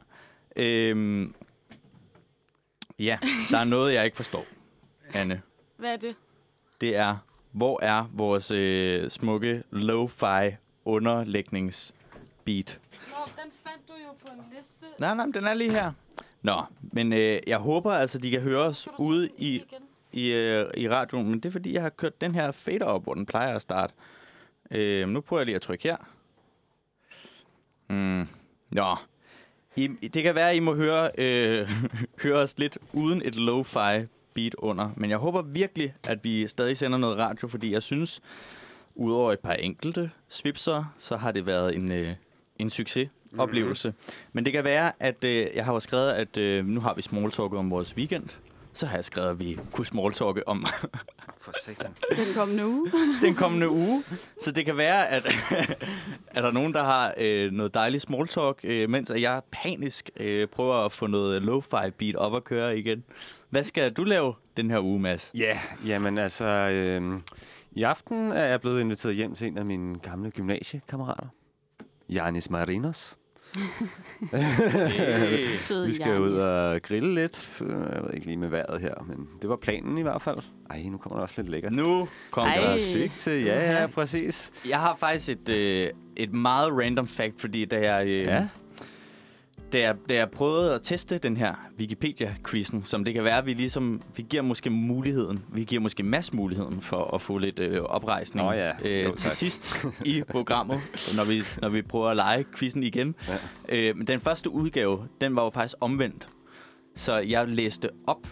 Øhm, ja, der er noget, jeg ikke forstår, Anne. Hvad er det? Det er, hvor er vores øh, smukke lo-fi underlægningsbeat? Nå, den fandt du jo på en liste. Nej, nej, men den er lige her. Nå, men øh, jeg håber altså, de kan høre os ude i, i, øh, i radioen, men det er fordi, jeg har kørt den her fader op, hvor den plejer at starte. Øh, nu prøver jeg lige at trykke her. Mm. Nå. I, det kan være, at I må høre, øh, høre os lidt uden et lo-fi beat under, men jeg håber virkelig, at vi stadig sender noget radio, fordi jeg synes, udover et par enkelte svipser, så har det været en, øh, en succesoplevelse. Mm-hmm. Men det kan være, at øh, jeg har jo skrevet, at øh, nu har vi smalltalket om vores weekend. Så har jeg skrevet, at vi kunne smalltalke om For satan. Den kom nu. den kommende uge. Så det kan være, at er der nogen, der har øh, noget dejligt smalltalk, øh, mens at jeg panisk øh, prøver at få noget lo-fi beat op at køre igen. Hvad skal du lave den her uge, Mads? Ja, jamen altså... Øh, I aften er jeg blevet inviteret hjem til en af mine gamle gymnasiekammerater. Janis Marinos. Øh, Søde Vi skal ud og grille lidt. Øh, Jeg ved ikke lige med vejret her, men det var planen i hvert fald. Ej, nu kommer der også lidt lækkert. nu kom Ej. det. Der er sygt til. Ja, ja, præcis. Jeg har faktisk et, øh, et meget random fact, fordi da jeg... Øh, Ja. da jeg, da jeg prøvede at teste den her Wikipedia-quizzen, som det kan være, vi ligesom, vi giver måske muligheden, vi giver måske mass muligheden for at få lidt øh, oprejsning Nå ja, øh, jo, til tak. sidst i programmet, når vi, når vi prøver at lege quizzen igen. Ja. Øh, men den første udgave, den var jo faktisk omvendt. Så jeg læste op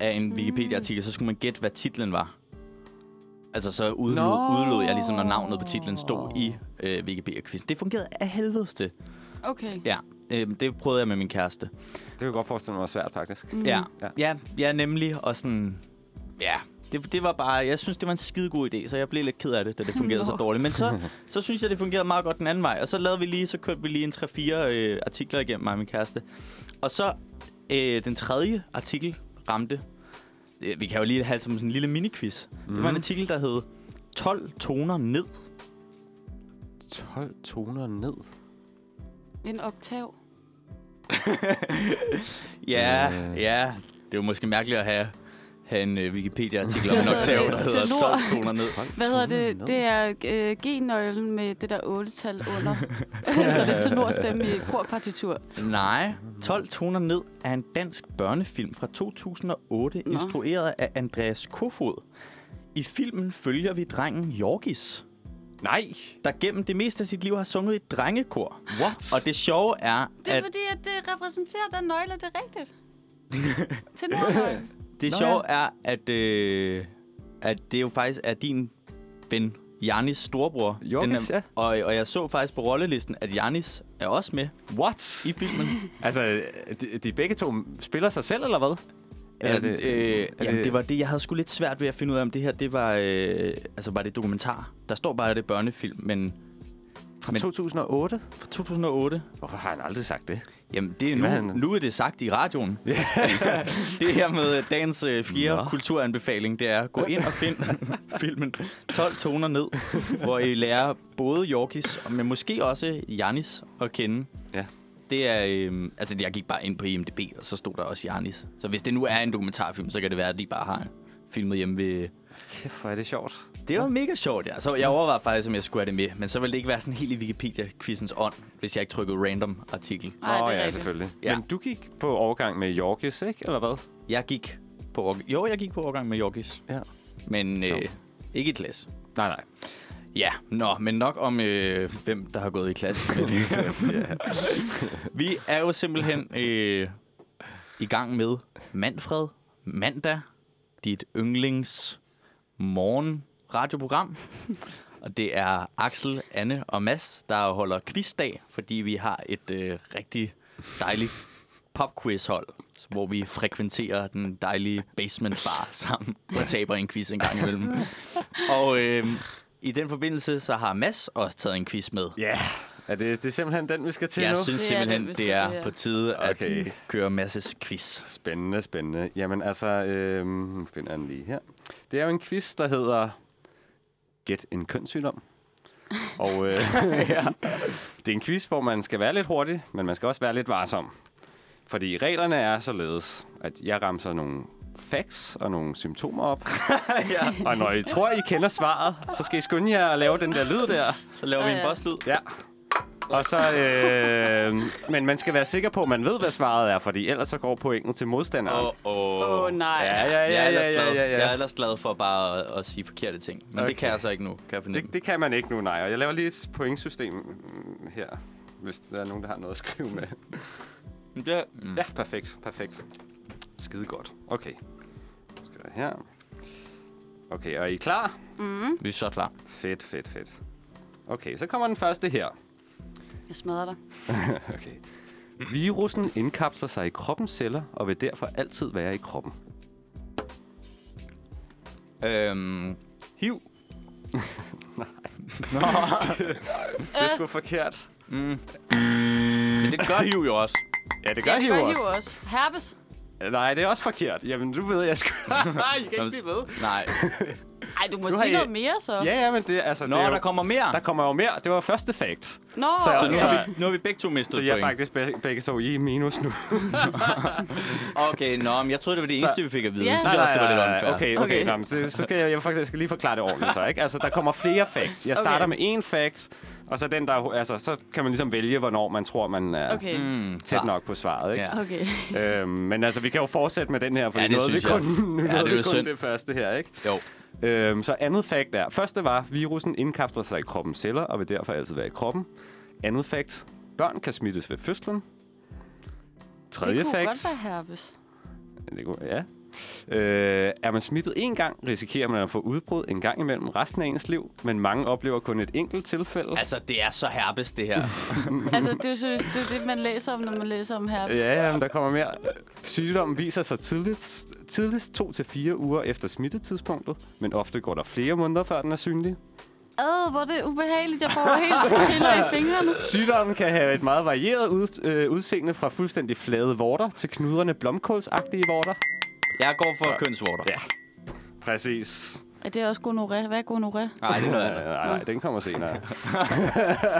af en Wikipedia-artikel, så skulle man gætte, hvad titlen var. Altså, så udlod, Nå. udlod jeg ligesom, når navnet på titlen stod i øh, Wikipedia-quizzen. Det fungerede af helvedes til. Okay. Ja, øh, det prøvede jeg med min kæreste. Det kan jeg godt forestille mig var svært, faktisk. Mm. Ja. ja, ja, nemlig. Og sådan, ja, det, det var bare, jeg synes, det var en skidegod idé, så jeg blev lidt ked af det, da det fungerede så Nå. dårligt. Men så, så synes jeg, det fungerede meget godt den anden vej. Og så lavede vi lige, så kørte vi lige en 3-4 øh, artikler igennem mig og min kæreste. Og så øh, den tredje artikel ramte, øh, vi kan jo lige have som sådan en lille mini-quiz. Mm. Det var en artikel, der hed 12 toner ned. 12 toner ned. En oktav. Ja, ja. Det er jo måske mærkeligt at have, have en øh, Wikipedia-artikel om en Hvad hedder oktav, det? der hedder Tenor. 12 toner ned. Hvad hedder det? Det er øh, G-nøglen med det der 8-tal under. så det er tenorstemme i korpartitur. Nej, 12 toner ned er en dansk børnefilm fra 2008, Nå. Nå. instrueret af Andreas Kofod. I filmen følger vi drengen Jorgis, Nej! der gennem det meste af sit liv har sunget i et drengekor. What? Og det sjove er, Det er at fordi, at det repræsenterer den nøgle, det er rigtigt. Tenornøglen. det Nå sjove er, at, øh, at det jo faktisk er din ven, Janis storebror. Jorgis, er, ja. og, og jeg så faktisk på rollelisten, at Janis er også med What? i filmen. Altså, de, de begge to spiller sig selv, eller hvad? Ja, Eller det, øh, jamen, det var det, jeg havde sgu lidt svært ved at finde ud af, om det her, det var, øh, altså, var det dokumentar. Der står bare, at det er børnefilm, men fra men- 2008? fra 2008, Hvorfor har han aldrig sagt det? jamen, det er var nu, han- nu er det sagt i radioen. det her med dagens øh, fjerde kulturanbefaling, det er, gå ind og find filmen 12 toner ned, hvor I lærer både Jorgis, men måske også Janis at kende. Ja. Det er, øh, altså jeg gik bare ind på IMDb, og så stod der også Janis. Så hvis det nu er en dokumentarfilm, så kan det være, at de bare har filmet hjemme ved Kæft, hvor er det sjovt. Det var mega sjovt, ja. Så jeg overvejede faktisk, om jeg skulle have det med, men så ville det ikke være sådan helt i Wikipedia-quizzens ånd, hvis jeg ikke trykkede random artikel. Nej, det er Åh, ja, rigtigt. selvfølgelig. Ja. Ja. Men du gik på overgang med Jorgis, ikke? Eller hvad? Jeg gik på org- Jo, jeg gik på overgang med Jorgis, Ja. men øh, Sjovt. ikke i klasse. Nej, nej. Ja, nå, men nok om, øh, hvem der har gået i klasse. med det. Vi er jo simpelthen øh, i gang med Manfred Mandag, dit yndlings morgen radioprogram. Og det er Axel, Anne og Mads, der holder quizdag, fordi vi har et øh, rigtig dejligt popquiz-hold, hvor vi frekventerer den dejlige basement bar sammen og taber en quiz en gang imellem. Og øh, i den forbindelse, så har Mads også taget en quiz med. Ja. Er det, det er simpelthen den, vi skal til Jeg nu? synes Det er simpelthen, den, vi skal det til, er ja. på tide at Okay. køre Masses quiz. Spændende, spændende. Jamen altså, øhm, nu finder jeg den lige her. Det er jo en quiz, der hedder Gæt en kønssygdom. Og øh, ja. det er en quiz, hvor man skal være lidt hurtig, men man skal også være lidt varsom. Fordi reglerne er således, at jeg ramser nogle facts og nogle symptomer op. ja. Og når I tror, I kender svaret, så skal I skynde jer at lave den der lyd der. Så laver vi Ja, en ja. bosslyd. Ja. Og så, øh, men man skal være sikker på, at man ved, hvad svaret er, fordi ellers så går pointen til modstanderen. Åh, åh. Åh, oh, nej. Ja, ja, Jeg er ja, ellers ja, ja, glad- ja, Jeg er ja. ellers glad for bare at, at sige forkerte ting. Men okay. det kan jeg så ikke nu, kan jeg fornemme. Det, det kan man ikke nu, nej. Og jeg laver lige et pointsystem mm, her, hvis der er nogen, der har noget at skrive med. Det, det, mm. Ja, perfekt, perfekt. Skide godt. Okay. Så skal jeg her. Okay, og er I klar? Vi er så klar. Fedt, fedt, fedt. Okay, så kommer den første her. Jeg smadrer dig. Okay. Virussen indkapsler sig i kroppens celler og vil derfor altid være i kroppen. Øhm, hiv. Det er sgu forkert. Men det gør hiv jo også. Ja, det gør Jeg hiv gør hiv også. også. Herpes. Nej, det er også forkert. Jamen, du ved, jeg skal... Nej, I kan Nå, ikke blive ved. Nej. Ej, du må Nu har sige I- noget mere, så. Ja, ja, men det, altså, Nå, det er jo, der kommer mere. der kommer jo mere. Det var første fact. Så, Nå, Så- Så nu, så- har vi, nu har vi begge to mistet jeg er point. faktisk be- begge to i minus nu. Okay, nå, men jeg troede, det var det eneste, vi fik at vide. Ja. Jeg synes også, det var lidt unfair. Okay, okay. Okay. okay. Nå, men så, så skal jeg, jeg faktisk lige forklare det ordentligt så, ikke? Altså, der kommer flere facts. Jeg starter Okay. okay. med én fact, og så den, der... Altså, så kan man ligesom vælge, hvornår man tror, man er okay. okay. Mm, tæt nok på svaret, ikke? Ja. Okay. Ja. Øhm, men altså, vi kan jo fortsætte med den her, fordi Ja, ja, det noget vi synes jeg. kun, nu Ja, nåede det er vi jo kun synd. det første her, ikke? Jo. Øhm, så andet fact er, første var, virussen indkapsler sig i kroppens celler og vil derfor altid være i kroppen. Andet fact, børn kan smittes ved fødslen. Tredje det kunne fact, godt være herpes. det kunne, ja. Øh, er man smittet én gang, risikerer man at få udbrud en gang imellem resten af ens liv, men mange oplever kun et enkelt tilfælde. Altså, det er så herpes, det her. Altså, det er jo seriøst, det, er jo det, man læser om, når man læser om herpes. Ja, ja, men der kommer mere. Sygdommen viser sig tidligst, tidligst 2-4 uger efter smittetidspunktet, men ofte går der flere måneder, før den er synlig. Ad, hvor er det ubehageligt. Jeg får helt piller i fingrene. Sygdommen kan have et meget varieret ud, øh, udseende fra fuldstændig flade vorter til knudrende blomkålsagtige vorter. Jeg går for kønsvorter. Ja. Præcis. Er det også gonoré? Hvad er gonoré? Nej, det er noget andet. Nej, nej, nej, den kommer senere.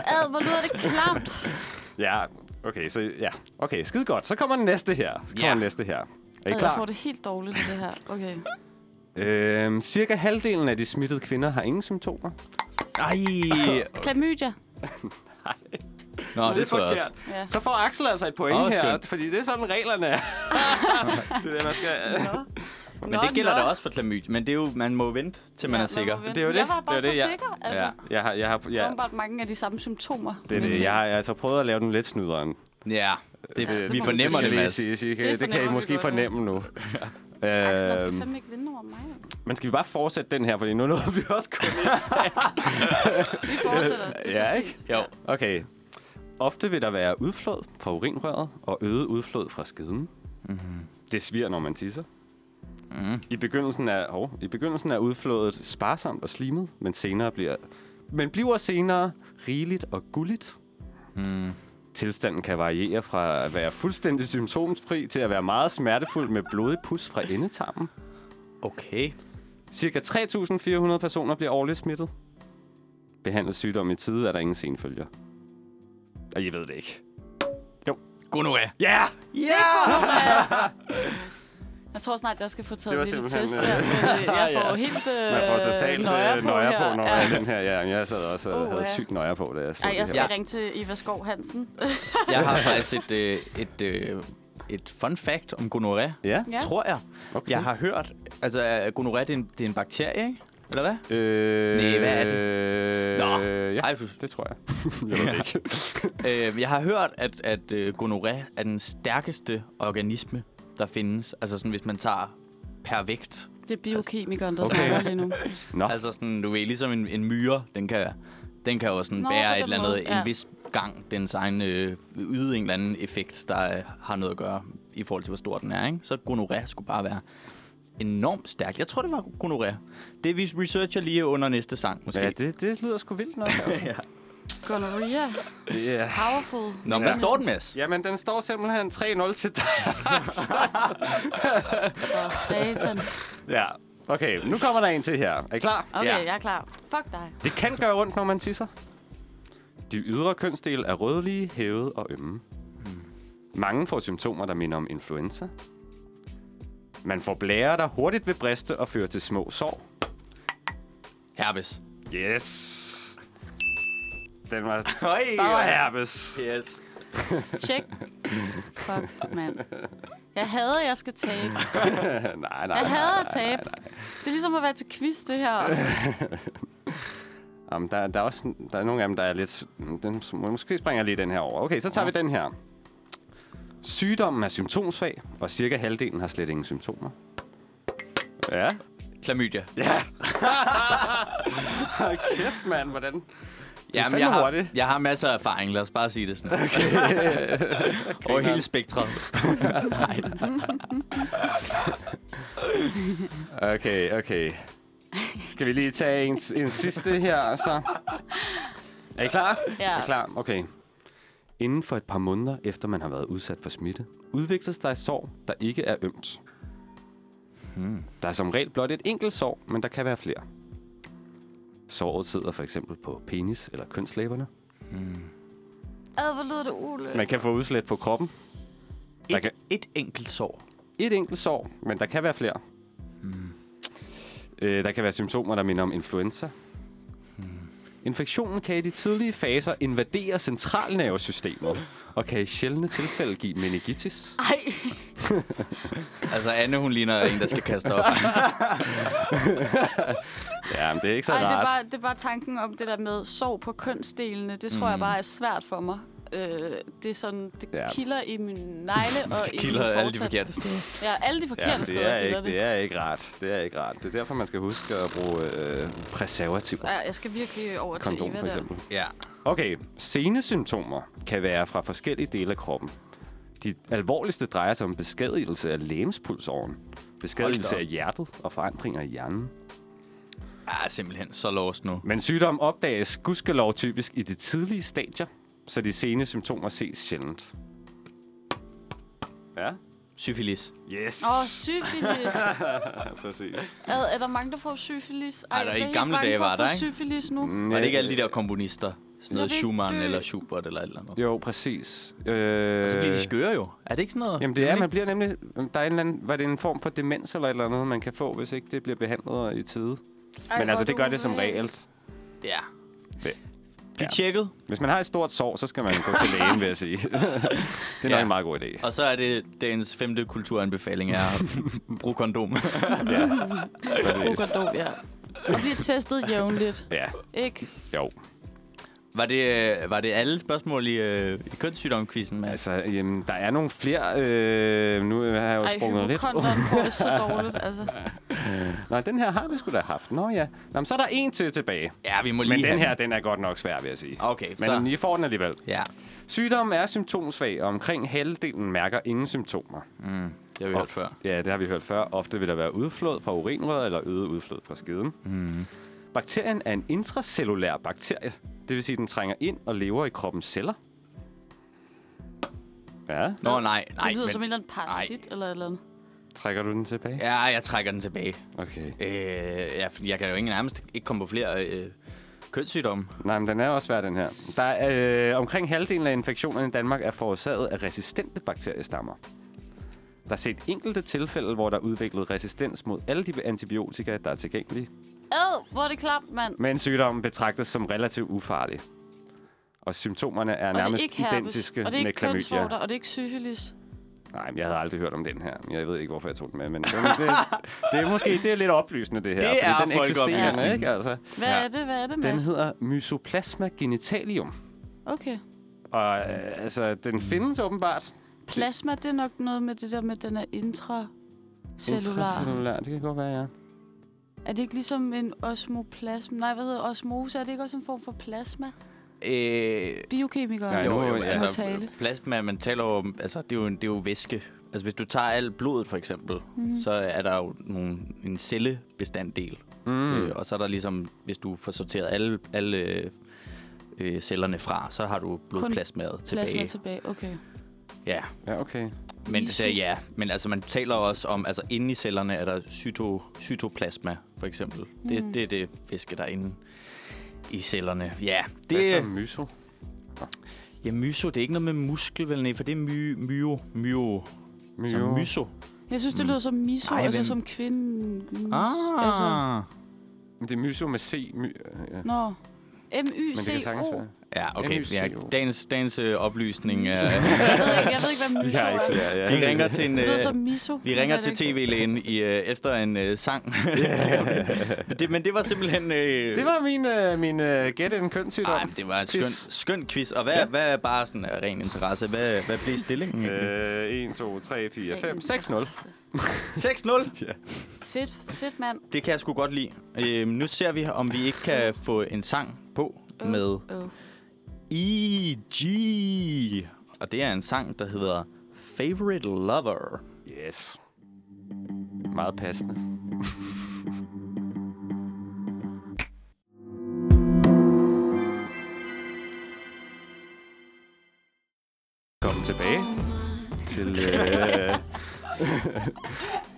Ad, hvor lyder det klamt. Ja, okay, så ja. Okay, skide godt. Så kommer den næste her. Så kommer Ja. den næste her. Er I Ad, jeg får klar? det helt dårligt i det her. Okay. Øhm, cirka halvdelen af de smittede kvinder har ingen symptomer. Ej. Klamydia. Nå, det tror jeg også. Ja. Så får Axel altså et point Åh, her, skønt. fordi det er sådan reglerne er. det er det, man skal... Men det gælder da også for klamydia. Men det er jo, man må vente, til man er sikker. Det er jo Jeg det. var bare Det er jo så det, ja. sikker. Altså, Ja. ja. Jeg har, jeg har, Der ja, er åbenbart mange af de samme symptomer. det er det. Jeg har altså prøvet at lave den lidt snyderen. Ja, det, vi må Øh, fornemmer skal det, lige Mads. siges. I kan, Det det, det kan I fornemmer vi måske godt, ja. fornemme nu. Axel, han skal Øhm, fandme ikke vinde over mig. altså. men skal vi bare fortsætte den her, fordi nu nåede vi også kun Vi fortsætter. Det er så Ja, fint. ikke? Jo. Okay. Ofte vil der være udflåd fra urinrøret og øget udflåd fra skeden. Mm-hmm. Det sviger, når man tisser. Mm. I begyndelsen er oh, i begyndelsen er udflådet sparsomt og slimet, men senere bliver men bliver senere rigeligt og gulligt. Mm. Tilstanden kan variere fra at være fuldstændig symptomsfri til at være meget smertefuld med blodig pus fra endetarmen. Okay. Cirka 3.400 personer bliver årligt smittet. Behandlet sygdom i tide, er der ingen senfølger. Og jeg ved det ikke. Gonoré. Ja! Yeah! Jeg tror snart, jeg skal få Det taget var en lille test simpelthen, øh, der. fordi Jeg får Ja. helt øh, Man får totalt nøjer øh, nøjer på, her. når Ja. jeg den her. Ja, jeg sad også og Uha. havde sygt nøjer på, da jeg slog Ej, jeg det skal her. Ja. ringe til Eva Skov Hansen. Jeg har faktisk et, øh, et, øh, et fun fact om gonoré. Ja? Ja. Tror jeg. Okay. Jeg har hørt, altså at gonoré, det er en, det er en bakterie, ikke? Eller hvad? Øh, Næh, hvad er det? Nå. Øh, ja, Ej, du- det tror jeg. jeg ved det ikke. Øh, jeg har hørt, at, at øh, gonoré er den stærkeste organisme, der findes. Altså sådan, hvis man tager per vægt. Det er biokemikeren, der Okay. snakker lige nu. Nå, altså, Altså sådan, du ved, ligesom en, en myre, den kan, den kan jo sådan Nå, Nå, på bære den et eller andet, måde, en ja. vis gang, dens egen øh, yde en eller anden effekt, der øh, har noget at gøre i forhold til, hvor stor den er. Ikke? Så gonoré skulle bare være enormt stærk. Jeg tror, det var gonoré. Det vi researcher lige under næste sang, måske. ja, det, det lyder sgu vildt nok. Altså. Gonorrhea. yeah. Powerful. Nå, men hvad står den, Mads? Jamen, den står simpelthen 3-0 til dig. For satan. Ja, okay. Nu kommer der en til her. Er I klar? Okay, Ja. jeg er klar. Fuck dig. Det kan gøre ondt, når man tisser. De ydre kønsdele er rødlige, hævet og ømme. Hmm. Mange får symptomer, der minder om influenza. Man får blære, der hurtigt vil briste og føre til små sår. Herpes. Yes! Den var, Høj, der var herpes. Yes. Check. Fuck, mand. Jeg hader, at jeg skal tabe. nej, nej, nej. Jeg hader at nej, nej. tabe. Det er ligesom at være til quiz, det her. Jamen, der, der, er også, der er nogle af dem, der er lidt... hmm, Den, måske springer jeg lige den her over. Okay, så tager vi den her. Sygdommen er symptomsvag, og cirka halvdelen har slet ingen symptomer. Ja. Klamydia. Hold kæft, mand. Hvordan? Jamen, fandme jeg har, hurtig. jeg har masser af erfaring, lad os bare sige det sådan. Okay. Over hele spektret. Okay, okay. Skal vi lige tage en, en sidste her, så? Er I klar? Ja. Er I klar? Okay. Inden for et par måneder, efter man har været udsat for smitte, udvikles der et sår, der ikke er ømt. Hmm. Der er som regel blot et enkelt sår, men der kan være flere. Såret sidder for eksempel på penis eller kønslæberne. Ad, hvor lyder det ulækkert. Man kan få udslæt på kroppen. Der Et, kan- et enkelt sår. Et enkelt sår, men der kan være flere. Hmm. Mm. Øh, der kan være symptomer, der minder om influenza. Mm. Hmm. Infektionen kan i de tidlige faser invadere centralnervesystemet og kan i sjældne tilfælde give meningitis. Ej, Altså, Anne, hun ligner en, der skal kaste op. Ja, men det er ikke så ej det, er rart. bare, det er bare tanken om det der med sår på kønsdelene. Det tror mm. jeg bare er svært for mig. Øh, det er sådan, det Mhm. Ja. ja. kilder i min negle og i Kilder min alle de fortænder. forkerte steder. Ja, alle de Ja, forkerte men det steder er, kilder ikke, det. det er ikke rart. Det er ikke rart. Det er derfor, man skal huske at bruge øh, præservativer. Ja, jeg skal virkelig over til Kondom Eva for der. eksempel. Ja. Okay, senesymptomer kan være fra forskellige dele af kroppen. De alvorligste drejer sig om beskadigelse af lægemspulsåren, beskadigelse Hold af hjertet og forandringer i hjernen. Ah, simpelthen så lost nu. Men sygdommen opdages gudskelov typisk i de tidlige stadier, så de sene symptomer ses sjældent. Ja. Syfilis. Yes. Åh, oh, syfilis. Præcis. Ad, er der mange, der får syfilis? Ej, der er jeg i helt gamle bange dage for at var få der, ikke? syfilis nu. Mm. Var det ikke alle de der komponister? Sådan noget vil ikke Schumann dø. eller Schubert eller et eller andet. Jo, præcis. Øh, Så bliver de skøre jo. Er det ikke sådan noget? Jamen det er, man man... bliver nemlig... Der er en eller anden, var det en form for demens eller et eller andet, man kan få, hvis ikke det bliver behandlet i tide? Ej, Men altså, det gør det som regel. Ja. Ja. Bliv tjekket, Hvis man har et stort sår, så skal man gå til lægen, vil jeg sige. det er nok Ja. en meget god idé. og så er det dagens femte kulturanbefaling er brug kondom. Brug kondom, ja. Og bliver testet jævnligt, Ja, ikke? jo. Var det, øh, var det alle spørgsmål i, øh, i kønssygdomskvisten, Mads? Altså, jamen, der er nogle flere... Øh, nu har jeg jo Ej, sprunget lidt. hypokonderen får det så dårligt, altså. Nå, den her har vi sgu da haft. Nå ja. Nå, men så er der en til tilbage. Ja, vi må lige Men den have her, den er godt nok svær, vil jeg sige. Okay, Men så- I får den alligevel. Ja, Sygdommen er symptomsvag, og omkring halvdelen mærker ingen symptomer. det har vi hørt før. Ja, det har vi hørt før. Ofte vil der være udflåd fra urinrøret eller øget udflåd fra skeden. Mm. Bakterien er en intracellulær bakterie. Det vil sige, at den trænger ind og lever i kroppens celler. Ja, Nå, nej, nej. Det lyder men- som en eller anden parasit eller et eller andet. trækker du den tilbage? Ja, jeg trækker den tilbage. Okay. Øh, ja, fordi jeg kan jo ikke nærmest ikke komme på flere øh, kønssygdomme. Nej, men den er også svær, den her. Der er, øh, omkring halvdelen af infektionerne i Danmark er forårsaget af resistente bakteriestammer. Der er set enkelte tilfælde, hvor der er udviklet resistens mod alle de antibiotika, der er tilgængelige. Ad, hvor er det klamt, mand. Men sygdommen betragtes som relativt ufarlig. Og symptomerne er Og det er nærmest ikke herpes, identiske og det er med ikke klamydia. kønsvorter, og det er ikke syfilis. Nej, men jeg havde aldrig hørt om den her. Jeg ved ikke, hvorfor jeg tog den med, men det, det, det er måske det er lidt oplysende, det her. Det fordi er den eksisterer, folkeoplysning. ikke? Altså. Hvad Ja. er det, hvad er det, Den Mads? hedder Mysoplasma genitalium. Okay. Og øh, altså, den findes åbenbart. Plasma, det er nok noget med det der med, at den er intracellular. Intracellular, det kan godt være, ja. Er det ikke ligesom en osmoplasma? Nej, hvad hedder osmose? Er det ikke også en form for plasma? Øh, Biokemikere? Nej, jo, nu- jo, ja. altså, Tale. plasma, man taler jo om, altså, det er jo, en, det er jo væske. Altså, hvis du tager alt blodet, for eksempel, mm. så er der jo nogle, en cellebestanddel. Mm. Øh, og så er der ligesom, hvis du får sorteret alle, alle øh, øh, cellerne fra, så har du blodplasmaet tilbage. Plasma tilbage, okay. Ja, Ja, okay. men, så, ja, men altså, man taler også om, altså inde i cellerne er der cyto, cytoplasma, for eksempel. Mm. Det, det er det væske, der er inde i cellerne. Ja, Hvad det så er... myso? Ja, myso, det er ikke noget med muskel, vel? Nej, for det er my, myo, myo. Så Myo. myso. Jeg synes, det lyder som miso, Mm. Ej, Ej, altså hvem- som kvinde. Ah. Altså, Det er myso med C. My, øh, ja. Men nå. det kan sagtens M-Y-C-O. være. Ja, okay. MYCO. Ja, dagens, dagens øh, oplysning er... Jeg ved, ikke, jeg ved ikke, hvad miso Jeg er ikke er. flere, ja. vi ringer til en... Det Øh, lyder som miso. vi ringer til tv-lægen i, øh, efter en øh, sang. men, det, men det var simpelthen... Øh, Det var min, øh, min øh, gætte en kønssygdom. Ej, men det var en skøn, Quiz. skøn quiz. Og hvad, Ja. ja. hvad er bare sådan af ren interesse? Hvad, hvad blev stillingen? Øh. Øh, 1, 2, 3, 4, 5, 6, 0. 6-0. Altså, Fedt, fedt mand. Det kan jeg sgu godt lide. Øhm, nu ser vi, om vi ikke kan få en sang på Åh, med åh. E.G. E Og det er en sang, der hedder Favorite Lover. Yes. Meget passende. Kom tilbage til, øh,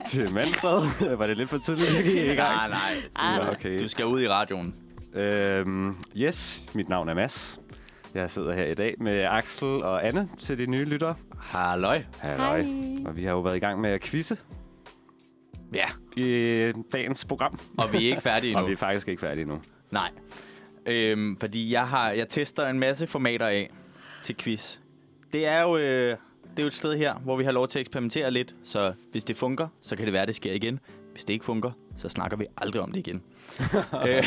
til Manfred. Var det lidt for tidligt, vi gik i gang? nej. Ah, Okay. Du skal ud i radioen. Øhm, yes, mit navn er Mads. Jeg sidder her i dag med Axel og Anne til de nye lyttere. Halløj. Halløj. Og vi har jo været i gang med at quizze Ja, i dagens program. og vi er ikke færdige endnu. Og vi er faktisk ikke færdige nu. Nej. Øhm, fordi jeg har jeg tester en masse formater af til quiz. Det er jo øh, det er jo et sted her, hvor vi har lov til at eksperimentere lidt, så hvis det funker, så kan det være, det sker igen. Hvis det ikke funker, så snakker vi aldrig om det igen. Øh,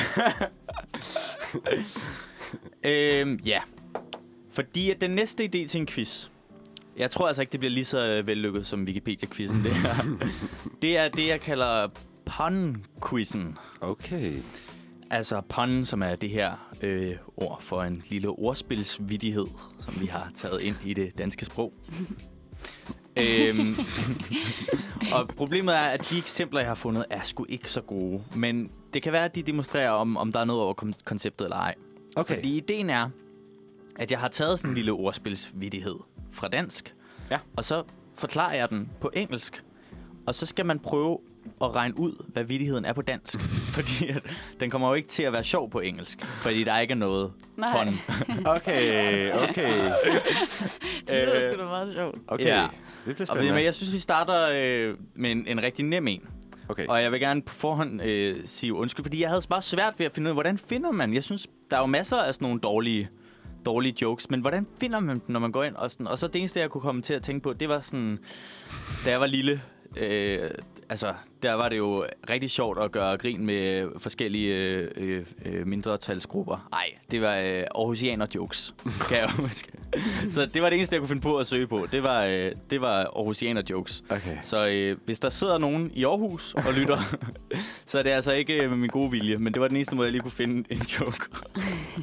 øhm, ja. Fordi at den næste idé til en quiz, jeg tror altså ikke, det bliver lige så øh, vellykket som Wikipedia-quizzen det her. det er det, jeg kalder pun-quizzen. Okay. Altså pun, som er det her øh, ord for en lille ordspilsvidighed, som vi har taget ind i det danske sprog. øhm, og problemet er, at de eksempler, jeg har fundet, er sgu ikke så gode. Men det kan være, at de demonstrerer, om, om der er noget over kon- konceptet eller ej. Okay. Fordi ideen er, at jeg har taget sådan en lille ordspilsvidighed fra dansk, Ja. og så forklarer jeg den på engelsk, og så skal man prøve at regne ud, hvad vittigheden er på dansk. fordi at, den kommer jo ikke til at være sjov på engelsk, fordi der ikke er noget Nej. bånd. Okay, okay. Det Øh. lyder sgu da meget sjovt. Okay. Ja. Det bliver Og ved, I spændende. hvad, jeg synes, vi starter øh, med en, en rigtig nem en. Okay. Og jeg vil gerne på forhånd øh, sige undskyld, fordi jeg havde bare svært ved at finde ud af, hvordan finder man? Jeg synes, der er jo masser af sådan nogle dårlige, dårlige jokes, men hvordan finder man dem, når man går ind? Og, sådan, og så det eneste, jeg kunne komme til at tænke på, det var sådan, da jeg var lille, øh, altså, der var det jo rigtig sjovt at gøre grin med forskellige øh, øh, øh, mindretalsgrupper. Nej, det var øh, Aarhusianer jokes, kan jeg huske. så det var det eneste, jeg kunne finde på at søge på. Det var, øh, det var Aarhusianer jokes. Okay. Så øh, hvis der sidder nogen i Aarhus og lytter, så er det altså ikke øh, med min gode vilje, men det var den eneste måde, jeg lige kunne finde en joke.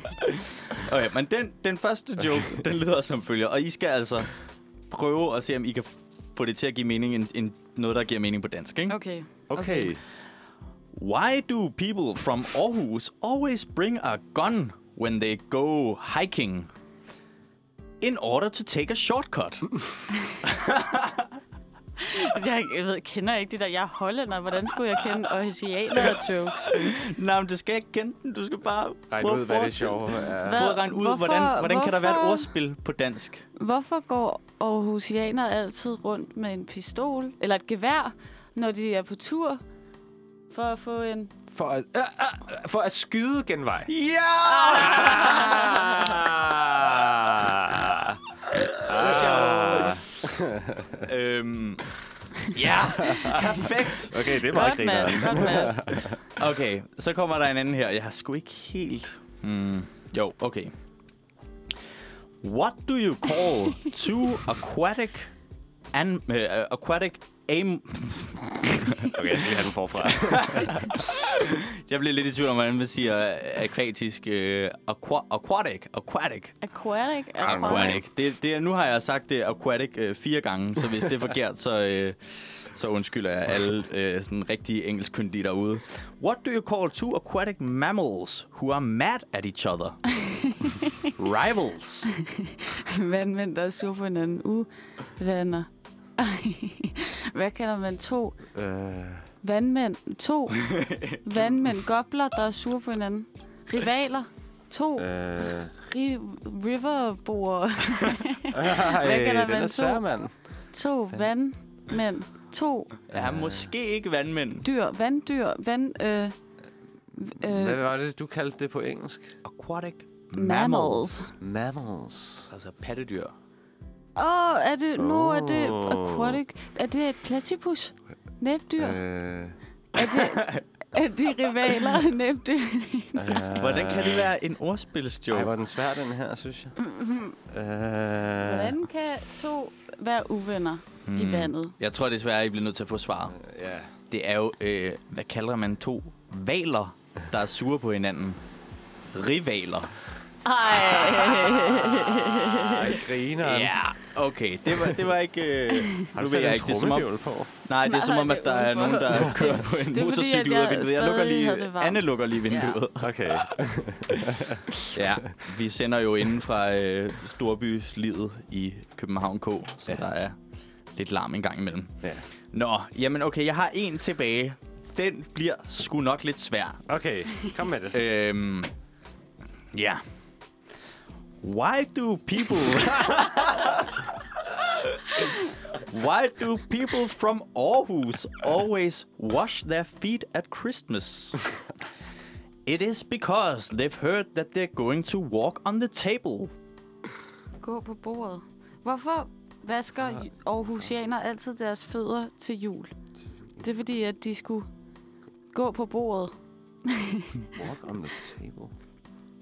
okay, men den, den første joke, den lyder som følger, og I skal altså prøve at se, om I kan f- få det til at give mening, en, en, noget, der giver mening på dansk, ikke? Okay. Okay. Why do people from Aarhus always bring a gun when they go hiking? In order to take a shortcut. Jeg, jeg ved, kender ikke det der. Jeg er hollænder. Hvordan skulle jeg kende oasianer jokes? Nej, men du skal ikke kende den, du skal bare Regn prøve ud, at hvad det forestille dig. sjove er. Prøv at regne ud, Hvorfor- hvordan, hvordan kan der være et hvorfor- ordspil på dansk? Hvorfor går Aarhusianer altid rundt med en pistol eller et gevær, når de er på tur? For at få en... For at, øh, øh, for at skyde genvej. Ja! Ah. øhm, ja, perfekt. Okay, det er meget Godt, Mads. grineren. Godt, Mads. Okay, så kommer der en anden her. Jeg har sgu ikke helt... Hmm. Jo, okay. What do you call two aquatic... An, uh, aquatic am... Okay, jeg skal lige have den forfra. Jeg blev lidt i tvivl om, hvordan man siger øh, akvatisk... Øh, aqua, aquatic. Aquatic. Aquatic? Aquatic. Det, det, er- nu har jeg sagt det aquatic øh, fire gange, så hvis det er forkert, så, øh, så undskylder jeg alle øh, sådan rigtige engelskkyndige derude. What do you call two aquatic mammals who are mad at each other? Rivals. Vandmænd, der er sur på hinanden. Uvander. Ej, Hvad kalder man to? Øh. Uh. Vandmænd. To. Vandmænd. Gobler, der er sur på hinanden. Rivaler. To. Uh. Øh, Riverboer. Ej, kalder den man er to? svær, mand. To. Vandmænd. To. Ja, måske ikke vandmænd. Dyr. Vanddyr. Vand... Øh, Hvad øh, var det, du kaldte det på engelsk? Aquatic mammals. mammals. Mammals. Altså pattedyr. Åh, oh, er det... Nu er det Åh. aquatic. Er det et platypus? Næbdyr? Øh, Er de rivaler? Næbdyr? Uh. Hvordan kan det være en ordspilsjoke? ej, hvor er den svær, den her, synes jeg. Øh, Mm-hmm. Hvordan kan to være uvenner hmm. i vandet? Jeg tror desværre, I bliver nødt til at få svaret. ja. Det er jo, øh, hvad kalder man to valer, der er sure på hinanden? Rivaler. Ej, Ej, grineren. Ja, okay. Det var, det var ikke... Øh, Øhm. nu Har du ved sat jeg en ikke, det er som om, trommehjul på? nej, det er som om, Nej, at der er det er nogen, der udenfor. kører på en fordi, at motorcykel ud jeg af vinduet. Jeg lukker stadig havde lige... det varmt. Anne lukker lige vinduet. Okay. Ja. ja. Vi sender jo inden fra øh, storbyslivet i København K, så ja. der er lidt larm en gang imellem. Ja. Nå, jamen okay, jeg har en tilbage den bliver sgu nok lidt svær. Okay, kom med Øh, det. Øhm, ja. Why do people... Why do people from Aarhus always wash their feet at Christmas? It is because they've heard that they're going to walk on the table. Gå på bordet. Hvorfor vasker ju- Aarhusianer altid deres fødder til jul? Det er fordi, at de skulle gå på bordet. Walk on the table.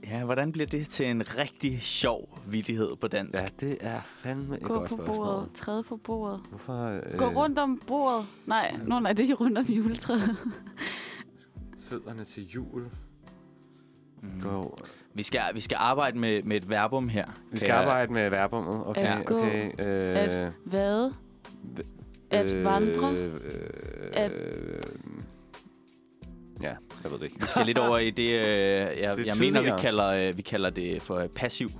Ja, hvordan bliver det til en rigtig sjov vidighed på dansk? Ja, det er fandme et Gå godt på spørgsmål. bordet. Træde på bordet. Hvorfor, øh, Gå rundt om bordet. Nej, nå, nej, det er rundt om juletræet. Fødderne til jul. Gå. Vi, skal, vi skal arbejde med, med et verbum her. Vi skal arbejde med verbummet. Okay, At gå. okay. Øh, At vade. At vandre. Øh, øh, At- øh, ja, jeg ved det ikke. Vi skal lidt over i det, øh, jeg, jeg mener, tidligere. vi kalder, øh, vi kalder det for øh, passiv,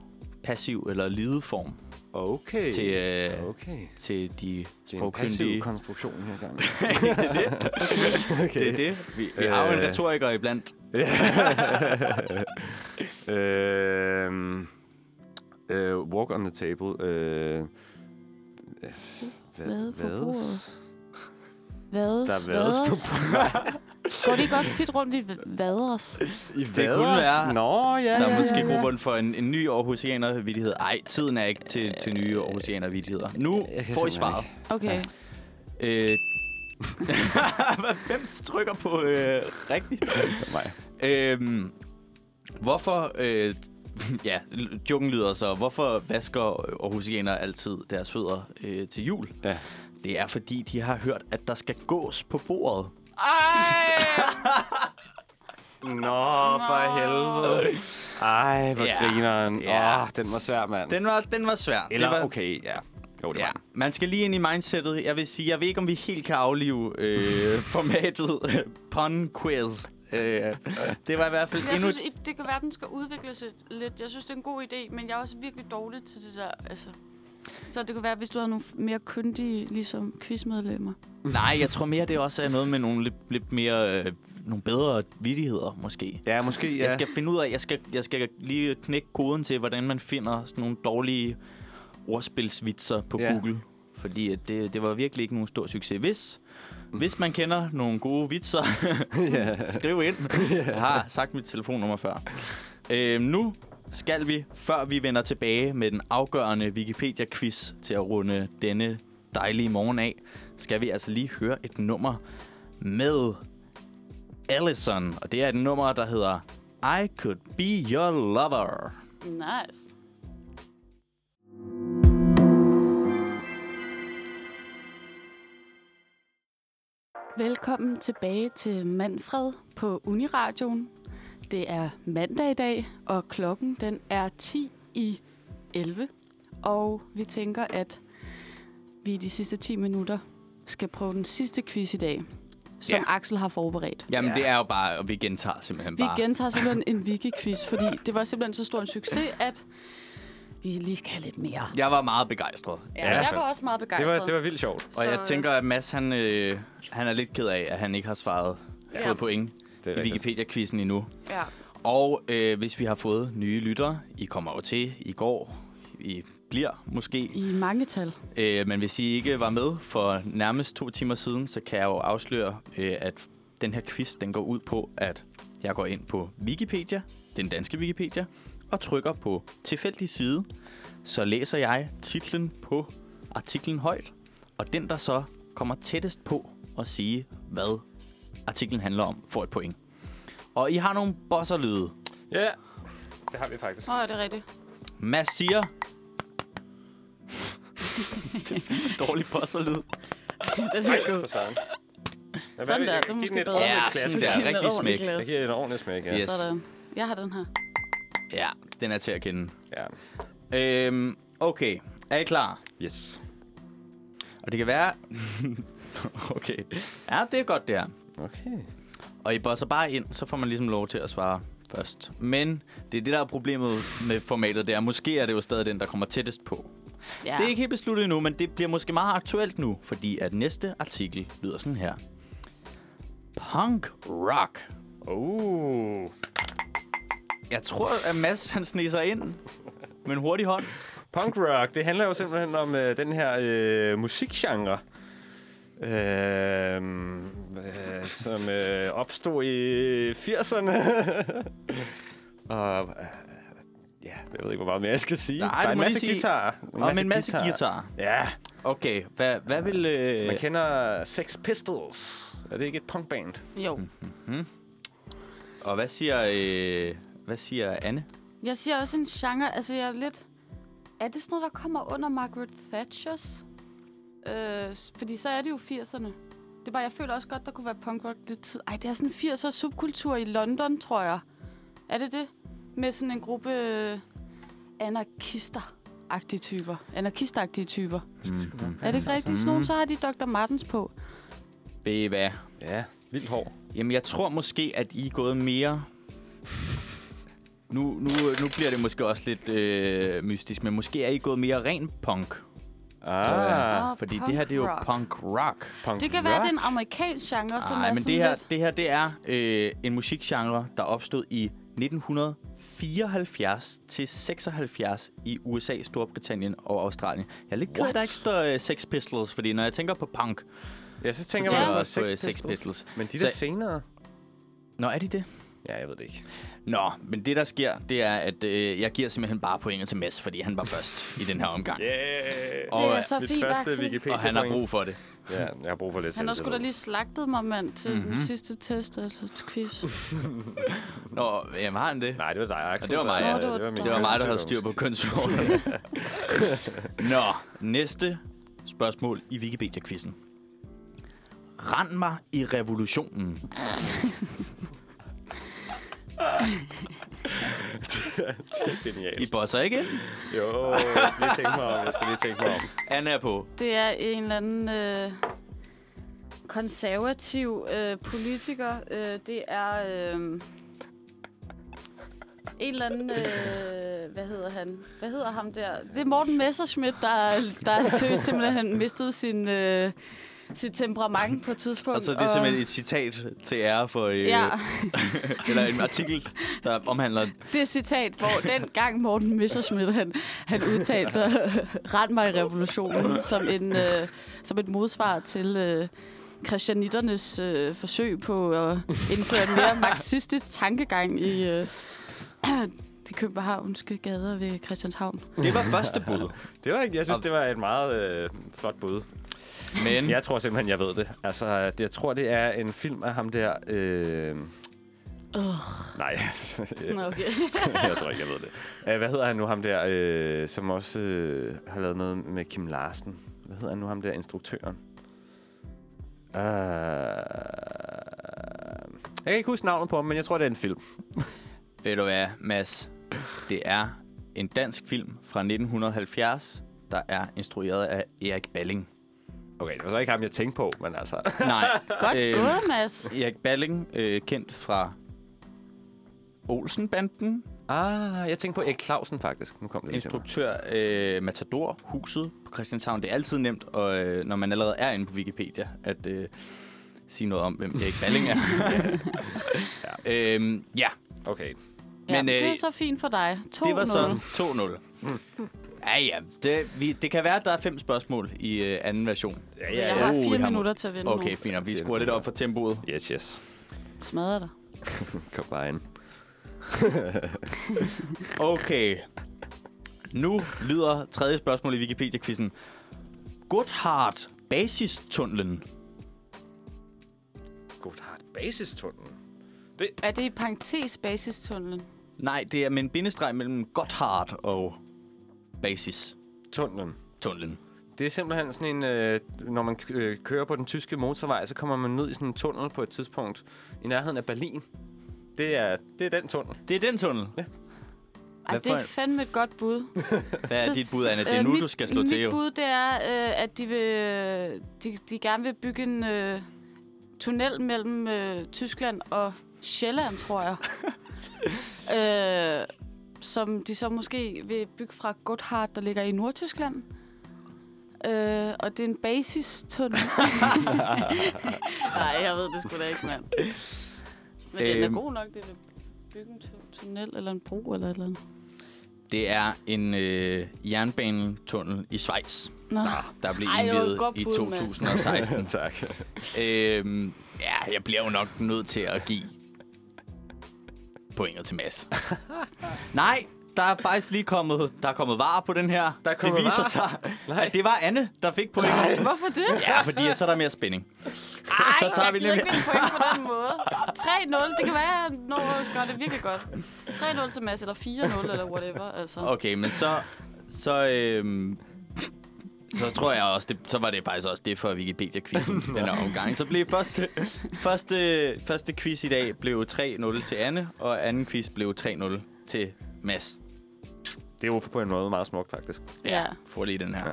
passiv eller lideform Okay. til, øh, Okay. til de Det er en passiv sprogkyndige. konstruktion her gang. Det er det. Vi, vi har jo en Øh. retoriker iblandt. Øh, uh, walk on the table. Øh, Uh, Vade på bordet. Vades, Der vades på Går de ikke også tit rundt i v- vaders? I Det kunne være, Nå, ja, der er ja, måske ja. grobund for en, en ny Aarhusianer vidighed. Ej, tiden er ikke til, til nye Aarhusianer vidigheder. Nu Jeg kan får I simpelthen svaret. Okay. Øh, Hvem trykker på øh, rigtigt? Nej. Øhm, hvorfor... Øh, ja, joken lyder så. Hvorfor vasker Aarhusianer altid deres fødder øh, til jul? Ja. Det er, fordi de har hørt, at der skal gås på bordet. Nå, for helvede. Ej, hvor Ja. grineren. Ja. Åh, den var svær, mand. Den var, den var svær. Eller, det var, okay, ja. Jo, det Ja, var den. man skal lige ind i mindsetet. Jeg vil sige, jeg ved ikke, om vi helt kan aflive øh, formatet øh, pun quiz. Øh, det var i hvert fald Jeg endnu... synes, i- det kan være, den skal udvikle sig lidt. Jeg synes, det er en god idé, men jeg er også virkelig dårlig til det der. Altså. Så det kunne være, hvis du havde nogle f- mere kyndige ligesom quizmedlemmer. Nej, jeg tror mere, det også er noget med nogle lidt, lidt mere... Øh, nogle bedre vidigheder, måske. Ja, måske ja. Jeg skal finde ud af, jeg skal, jeg skal lige knække koden til, hvordan man finder sådan nogle dårlige ordspilsvitser på Ja. ja. Google. Fordi at det, det var virkelig ikke nogen stor succes. Hvis, hvis man kender nogle gode vitser, skriv ind. Jeg har sagt mit telefonnummer før. Øhm, nu skal vi, før vi vender tilbage med den afgørende Wikipedia-quiz til at runde denne dejlige morgen af, skal vi altså lige høre et nummer med Allison, og det er et nummer, der hedder I Could Be Your Lover. Nice. Velkommen tilbage til Manfred på Uniradioen. Det er mandag i dag, og klokken den er 10 i 11. Og vi tænker, at vi i de sidste 10 minutter skal prøve den sidste quiz i dag, som Ja. ja. Axel har forberedt. Jamen, ja. det er jo bare, og vi gentager simpelthen Vi bare. gentager simpelthen en wiki-quiz, fordi det var simpelthen så stor en succes, at vi lige skal have lidt mere. Jeg var meget begejstret. Ja, jeg var også meget Det begejstret. var, det var vildt sjovt. Og Så, jeg øh, tænker, at Mads, han, øh, han er lidt ked af, at han ikke har svaret ja. fået point Det i er rigtigt. Wikipedia-quizzen endnu. Ja. Og øh, hvis vi har fået nye lyttere, I kommer jo til i går, I bliver måske, I mange tal. Øh, men hvis I ikke var med for nærmest to timer siden, så kan jeg jo afsløre, øh, at den her quiz den går ud på, at jeg går ind på Wikipedia, den danske Wikipedia, og trykker på tilfældig side. Så læser jeg titlen på artiklen højt, og den, der så kommer tættest på at sige, hvad artiklen handler om, får et point. Og I har nogle bosserlyde. Ja, det har vi faktisk. Åh, oh, det er rigtigt. Mads siger... det er fandme en dårlig bosserlyd. Det er For god. søren. Men Sådan hvad, der, vi- det er giv måske den et bedre. ordentligt Ja, klask. sådan der. rigtig smæk. Jeg giver den en ordentlig smæk, ja. Yes. Sådan. Jeg har den her. Ja, den er til at kende. ja. Øhm, okay. Er I klar? Yes. Og det kan være... okay. Ja, det er godt, det her. Okay. Og I bosser bare ind, så får man ligesom lov til at svare først. Men det er det, der er problemet med formatet der. Måske er det jo stadig den, der kommer tættest på. Ja. Ja. Det er ikke helt besluttet endnu, men det bliver måske meget aktuelt nu, fordi at næste artikel lyder sådan her. Punk rock. Oh. Uh. Jeg tror, at Mads han sne sig ind med en hurtig hånd. Punk rock, det handler jo simpelthen om øh, den her øh, musikgenre, øh, øh, som øh, opstod i 80'erne. Og øh, ja, jeg ved ikke, hvor meget mere jeg skal sige. Nej, Der er du en må lige masse sige- guitar. Og med en masse guitar. Ja, Okay, hvad, hvad vil... Øh, man kender Sex Pistols. Er det ikke et punkband? Jo. Og hvad siger, øh, hvad siger Anne? Jeg siger også en genre, altså jeg er lidt... Er det sådan noget, der kommer under Margaret Thatchers? Øh, s- fordi så er det jo 80'erne. Det er bare, jeg føler også godt, der kunne være punk rock lidt tid. Ej, det er sådan en 80'er subkultur i London, tror jeg. Er det det? Med sådan en gruppe øh, anarkister-agtige typer. Anarkistagtige typer. Mm. Er det ikke rigtigt? Sådan nogen, så har de Dr. Martens på. Ved I hvad? Ja, vildt hård. Jamen, jeg tror måske, at I er gået mere... Nu, nu, nu bliver det måske også lidt øh, mystisk, men måske er I gået mere ren punk. Ah, Åh, Fordi det her, det er jo punk rock. punk rock. punk Det kan være, det er rock. en amerikansk genre, som Nej, er men sådan det her, lidt... det her, det er øh, en musikgenre, der opstod i 1974 til 76 i USA, Storbritannien og Australien. Jeg er lidt ked af, at der ikke står øh, Sex Pistols, fordi når jeg tænker på punk, Ja, så tænker Så man tænker jeg på også på, Sex øh, Sex Pistols. Pistols. Men de Så- der senere... nå, er de det? Ja, jeg ved det ikke. Nå, men det der sker, det er, at øh, jeg giver simpelthen bare pointet til Mads, fordi han var først i den her omgang. Yeah. Og, Det er øh, så Mit fint, første Axel. Wikipedia og han har brug for det. Ja, jeg har brug for lidt Han har sgu da selvtillid. lige slagtet mig, mand, til Mhm. mm-hmm. den sidste test, altså til quiz. Nå, jamen, har han det? Nej, det var dig, Axel. Og det var mig. der- Nå, det var- min Det var mig, der havde styr kønssygdom. på kønsorgerne. Nå, næste spørgsmål i Wikipedia-quizzen. Rand mig i revolutionen. I Genialt. bosser ikke ind. Jo, jeg skal lige tænke mig om. Jeg skal lige tænke mig om. Anna er på. Det er en eller anden øh, konservativ øh, politiker. Øh, det er øh, en eller anden... Øh, hvad hedder han? Hvad hedder ham der? Det er Morten Messerschmidt, der, der seriøst simpelthen mistede sin, øh, sit temperament på et tidspunkt. Altså, det er simpelthen et citat til ære for... Øh, Ja, Eller en artikel, der omhandler... det er et citat, hvor den gang Morten Messerschmidt, han, han udtalte sig, rend mig i revolutionen, som, en, øh, som et modsvar til øh, christianitternes øh, forsøg på at indføre en mere marxistisk tankegang i øh, de københavnske gader ved Christianshavn. Det var første bud. Det var, ikke- jeg synes, det var et meget øh, flot bud. Men Jeg tror simpelthen, jeg ved det. Altså, det- jeg tror, det er en film af ham der... Øh... Nej, Nå, okay. jeg tror ikke, jeg ved det. Uh, hvad hedder han nu, ham der, øh, som også øh, har lavet noget med Kim Larsen? Hvad hedder han nu, ham der, instruktøren? Uh, jeg kan ikke huske navnet på ham, men jeg tror, det er en film. Ved du hvad, Mads? Det er en dansk film fra 1970, der er instrueret af Erik Balling. Okay, det var så ikke ham, jeg tænkte på, men altså... Nej. Godt øhm, gået, Mads. Erik Balling, øh, kendt fra Olsenbanden, ah, jeg tænkte på Erik Clausen, faktisk. Nu kom det lige til mig. instruktør øh, Matador, huset på Christianshavn. Det er altid nemt, og, øh, når man allerede er inde på Wikipedia, at øh, sige noget om, hvem Erik Balling er. ja. Øhm, ja, Okay. Ja, men, øh, det er så fint for dig. 2 det var så 2-0. Mm. Ja, ja. Det, vi, det kan være, at der er fem spørgsmål i øh, anden version. Ja, Jeg har Uh, vi fire har- minutter til at vinde Okay, nu. fint. Og vi Fire skruer lidt minutter. op for tempoet. Yes, yes. Smadrer dig. Kom bare ind. Okay. Nu lyder tredje spørgsmål i Wikipedia-quizzen. Gotthard Basistunnelen. Godhardt Basistunnelen. Det, Er det i parentes basistunnelen? Nej, det er med en bindestreg mellem Gotthard og Basistunnelen. tunnelen. Det er simpelthen sådan en, øh, når man k- øh, kører på den tyske motorvej, så kommer man ned i sådan en tunnel på et tidspunkt i nærheden af Berlin. Det er, det er den tunnel. Det er den tunnel. Ej, Hvad det for er en- fandme et godt bud. Hvad er Så dit s- bud, Anna? Det er øh, nu, mit, du skal slå mit til, jo. bud, det er, øh, at de, vil, øh, de, de gerne vil bygge en øh, tunnel mellem øh, Tyskland og Sjælland, tror jeg. øh, som de så måske vil bygge fra Gotthard, der ligger i Nordtyskland. Øh, og det er en basistunnel. Nej, jeg ved det sgu da ikke, mand. Men den Øhm. er god nok, det er da bygge en tu- tunnel eller en bro eller et eller andet. Det er en øh, jernbanetunnel i Schweiz, Nå. der blev Ej, det var et indvidet godt i bud, mand. 2016. tak. øhm, ja, jeg bliver jo nok nødt til at give pointet til Mads. Nej, der er faktisk lige kommet, der er kommet varer på den her. Der det kommet viser sig, at det var Anne, der fik pointet. Hvorfor det? Ja, fordi så er der mere spænding. Ej, så tager jeg vi gider nemlig- ikke vinde point på den måde. 3-0, det kan være, at jeg når at gøre det virkelig godt. 3-0 til Mads, eller 4-0, eller whatever. Altså. Okay, men så... Så, øhm, så tror jeg også, det, så var det faktisk også det for Wikipedia-quizzen den her omgang. Så blev første, første, første quiz i dag blev 3-0 til Anne, og anden quiz blev 3-0 til Mads. Det er jo på en måde meget smukt, faktisk. Ja, Får lige den her. Ja.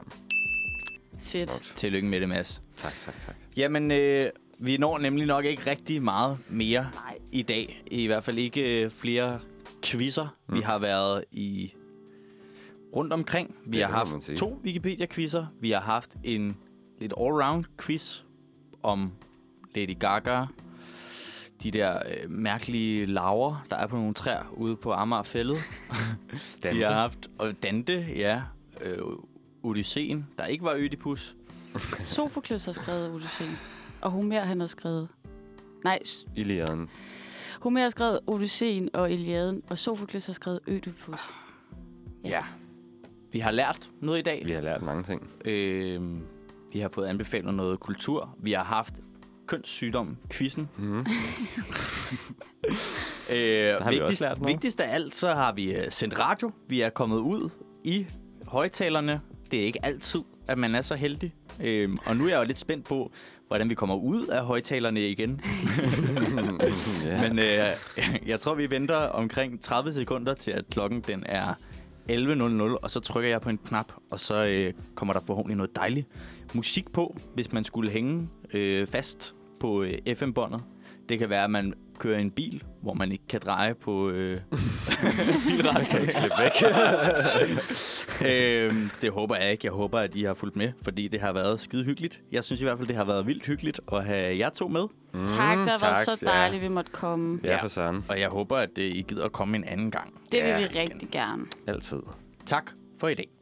fedt. Tillykke med det, Mads. Tak, tak, tak. Jamen, øh, vi når nemlig nok ikke rigtig meget mere Nej. i dag. I hvert fald ikke øh, flere quizzer. Mm. Vi har været i rundt omkring. Vi Ja, har det må man haft sige. to Wikipedia-quizzer. Vi har haft en lidt all-round quiz om Lady Gaga. De der øh, mærkelige laver, der er på nogle træer ude på Amager Fællet. Vi har haft og Dante, ja. Øh, Odysseen, der ikke var Ødipus. Sofokles har skrevet Odysseen, og Homer han har skrevet... Nej, s- Iliaden. Homer har skrevet Odysseen og Iliaden, og Sofokles har skrevet Ødipus. Ja. Vi har lært noget i dag. Vi har lært mange ting. Øh, vi har fået anbefalet noget kultur. Vi har haft kønssygdom, quizzen. Mm. øh, der Mhm. har vi også lært noget. Vigtigst af alt, så har vi øh, sendt radio. Vi er kommet ud i højtalerne. Det er ikke altid, at man er så heldig. Øhm, og nu er jeg jo lidt spændt på, hvordan vi kommer ud af højtalerne igen. Ja. Men øh, jeg tror, vi venter omkring 30 sekunder til, at klokken den er 11.00, og så trykker jeg på en knap, og så øh, kommer der forhåbentlig noget dejligt musik på, hvis man skulle hænge øh, fast på øh, FM-båndet. Det kan være, at man kører i en bil, hvor man ikke kan dreje på øh, bilradioen. kan ikke slippe væk. øhm, det håber jeg ikke. Jeg håber, at I har fulgt med, fordi det har været skide hyggeligt. Jeg synes i hvert fald, det har været vildt hyggeligt at have jer to med. Mm, tak, det har været tak, så ja. dejligt, ja. vi måtte komme. Ja, for søren. Og jeg håber, at øh, I gider at komme en anden gang. Det vil vi rigtig gerne. Altid. Tak for i dag.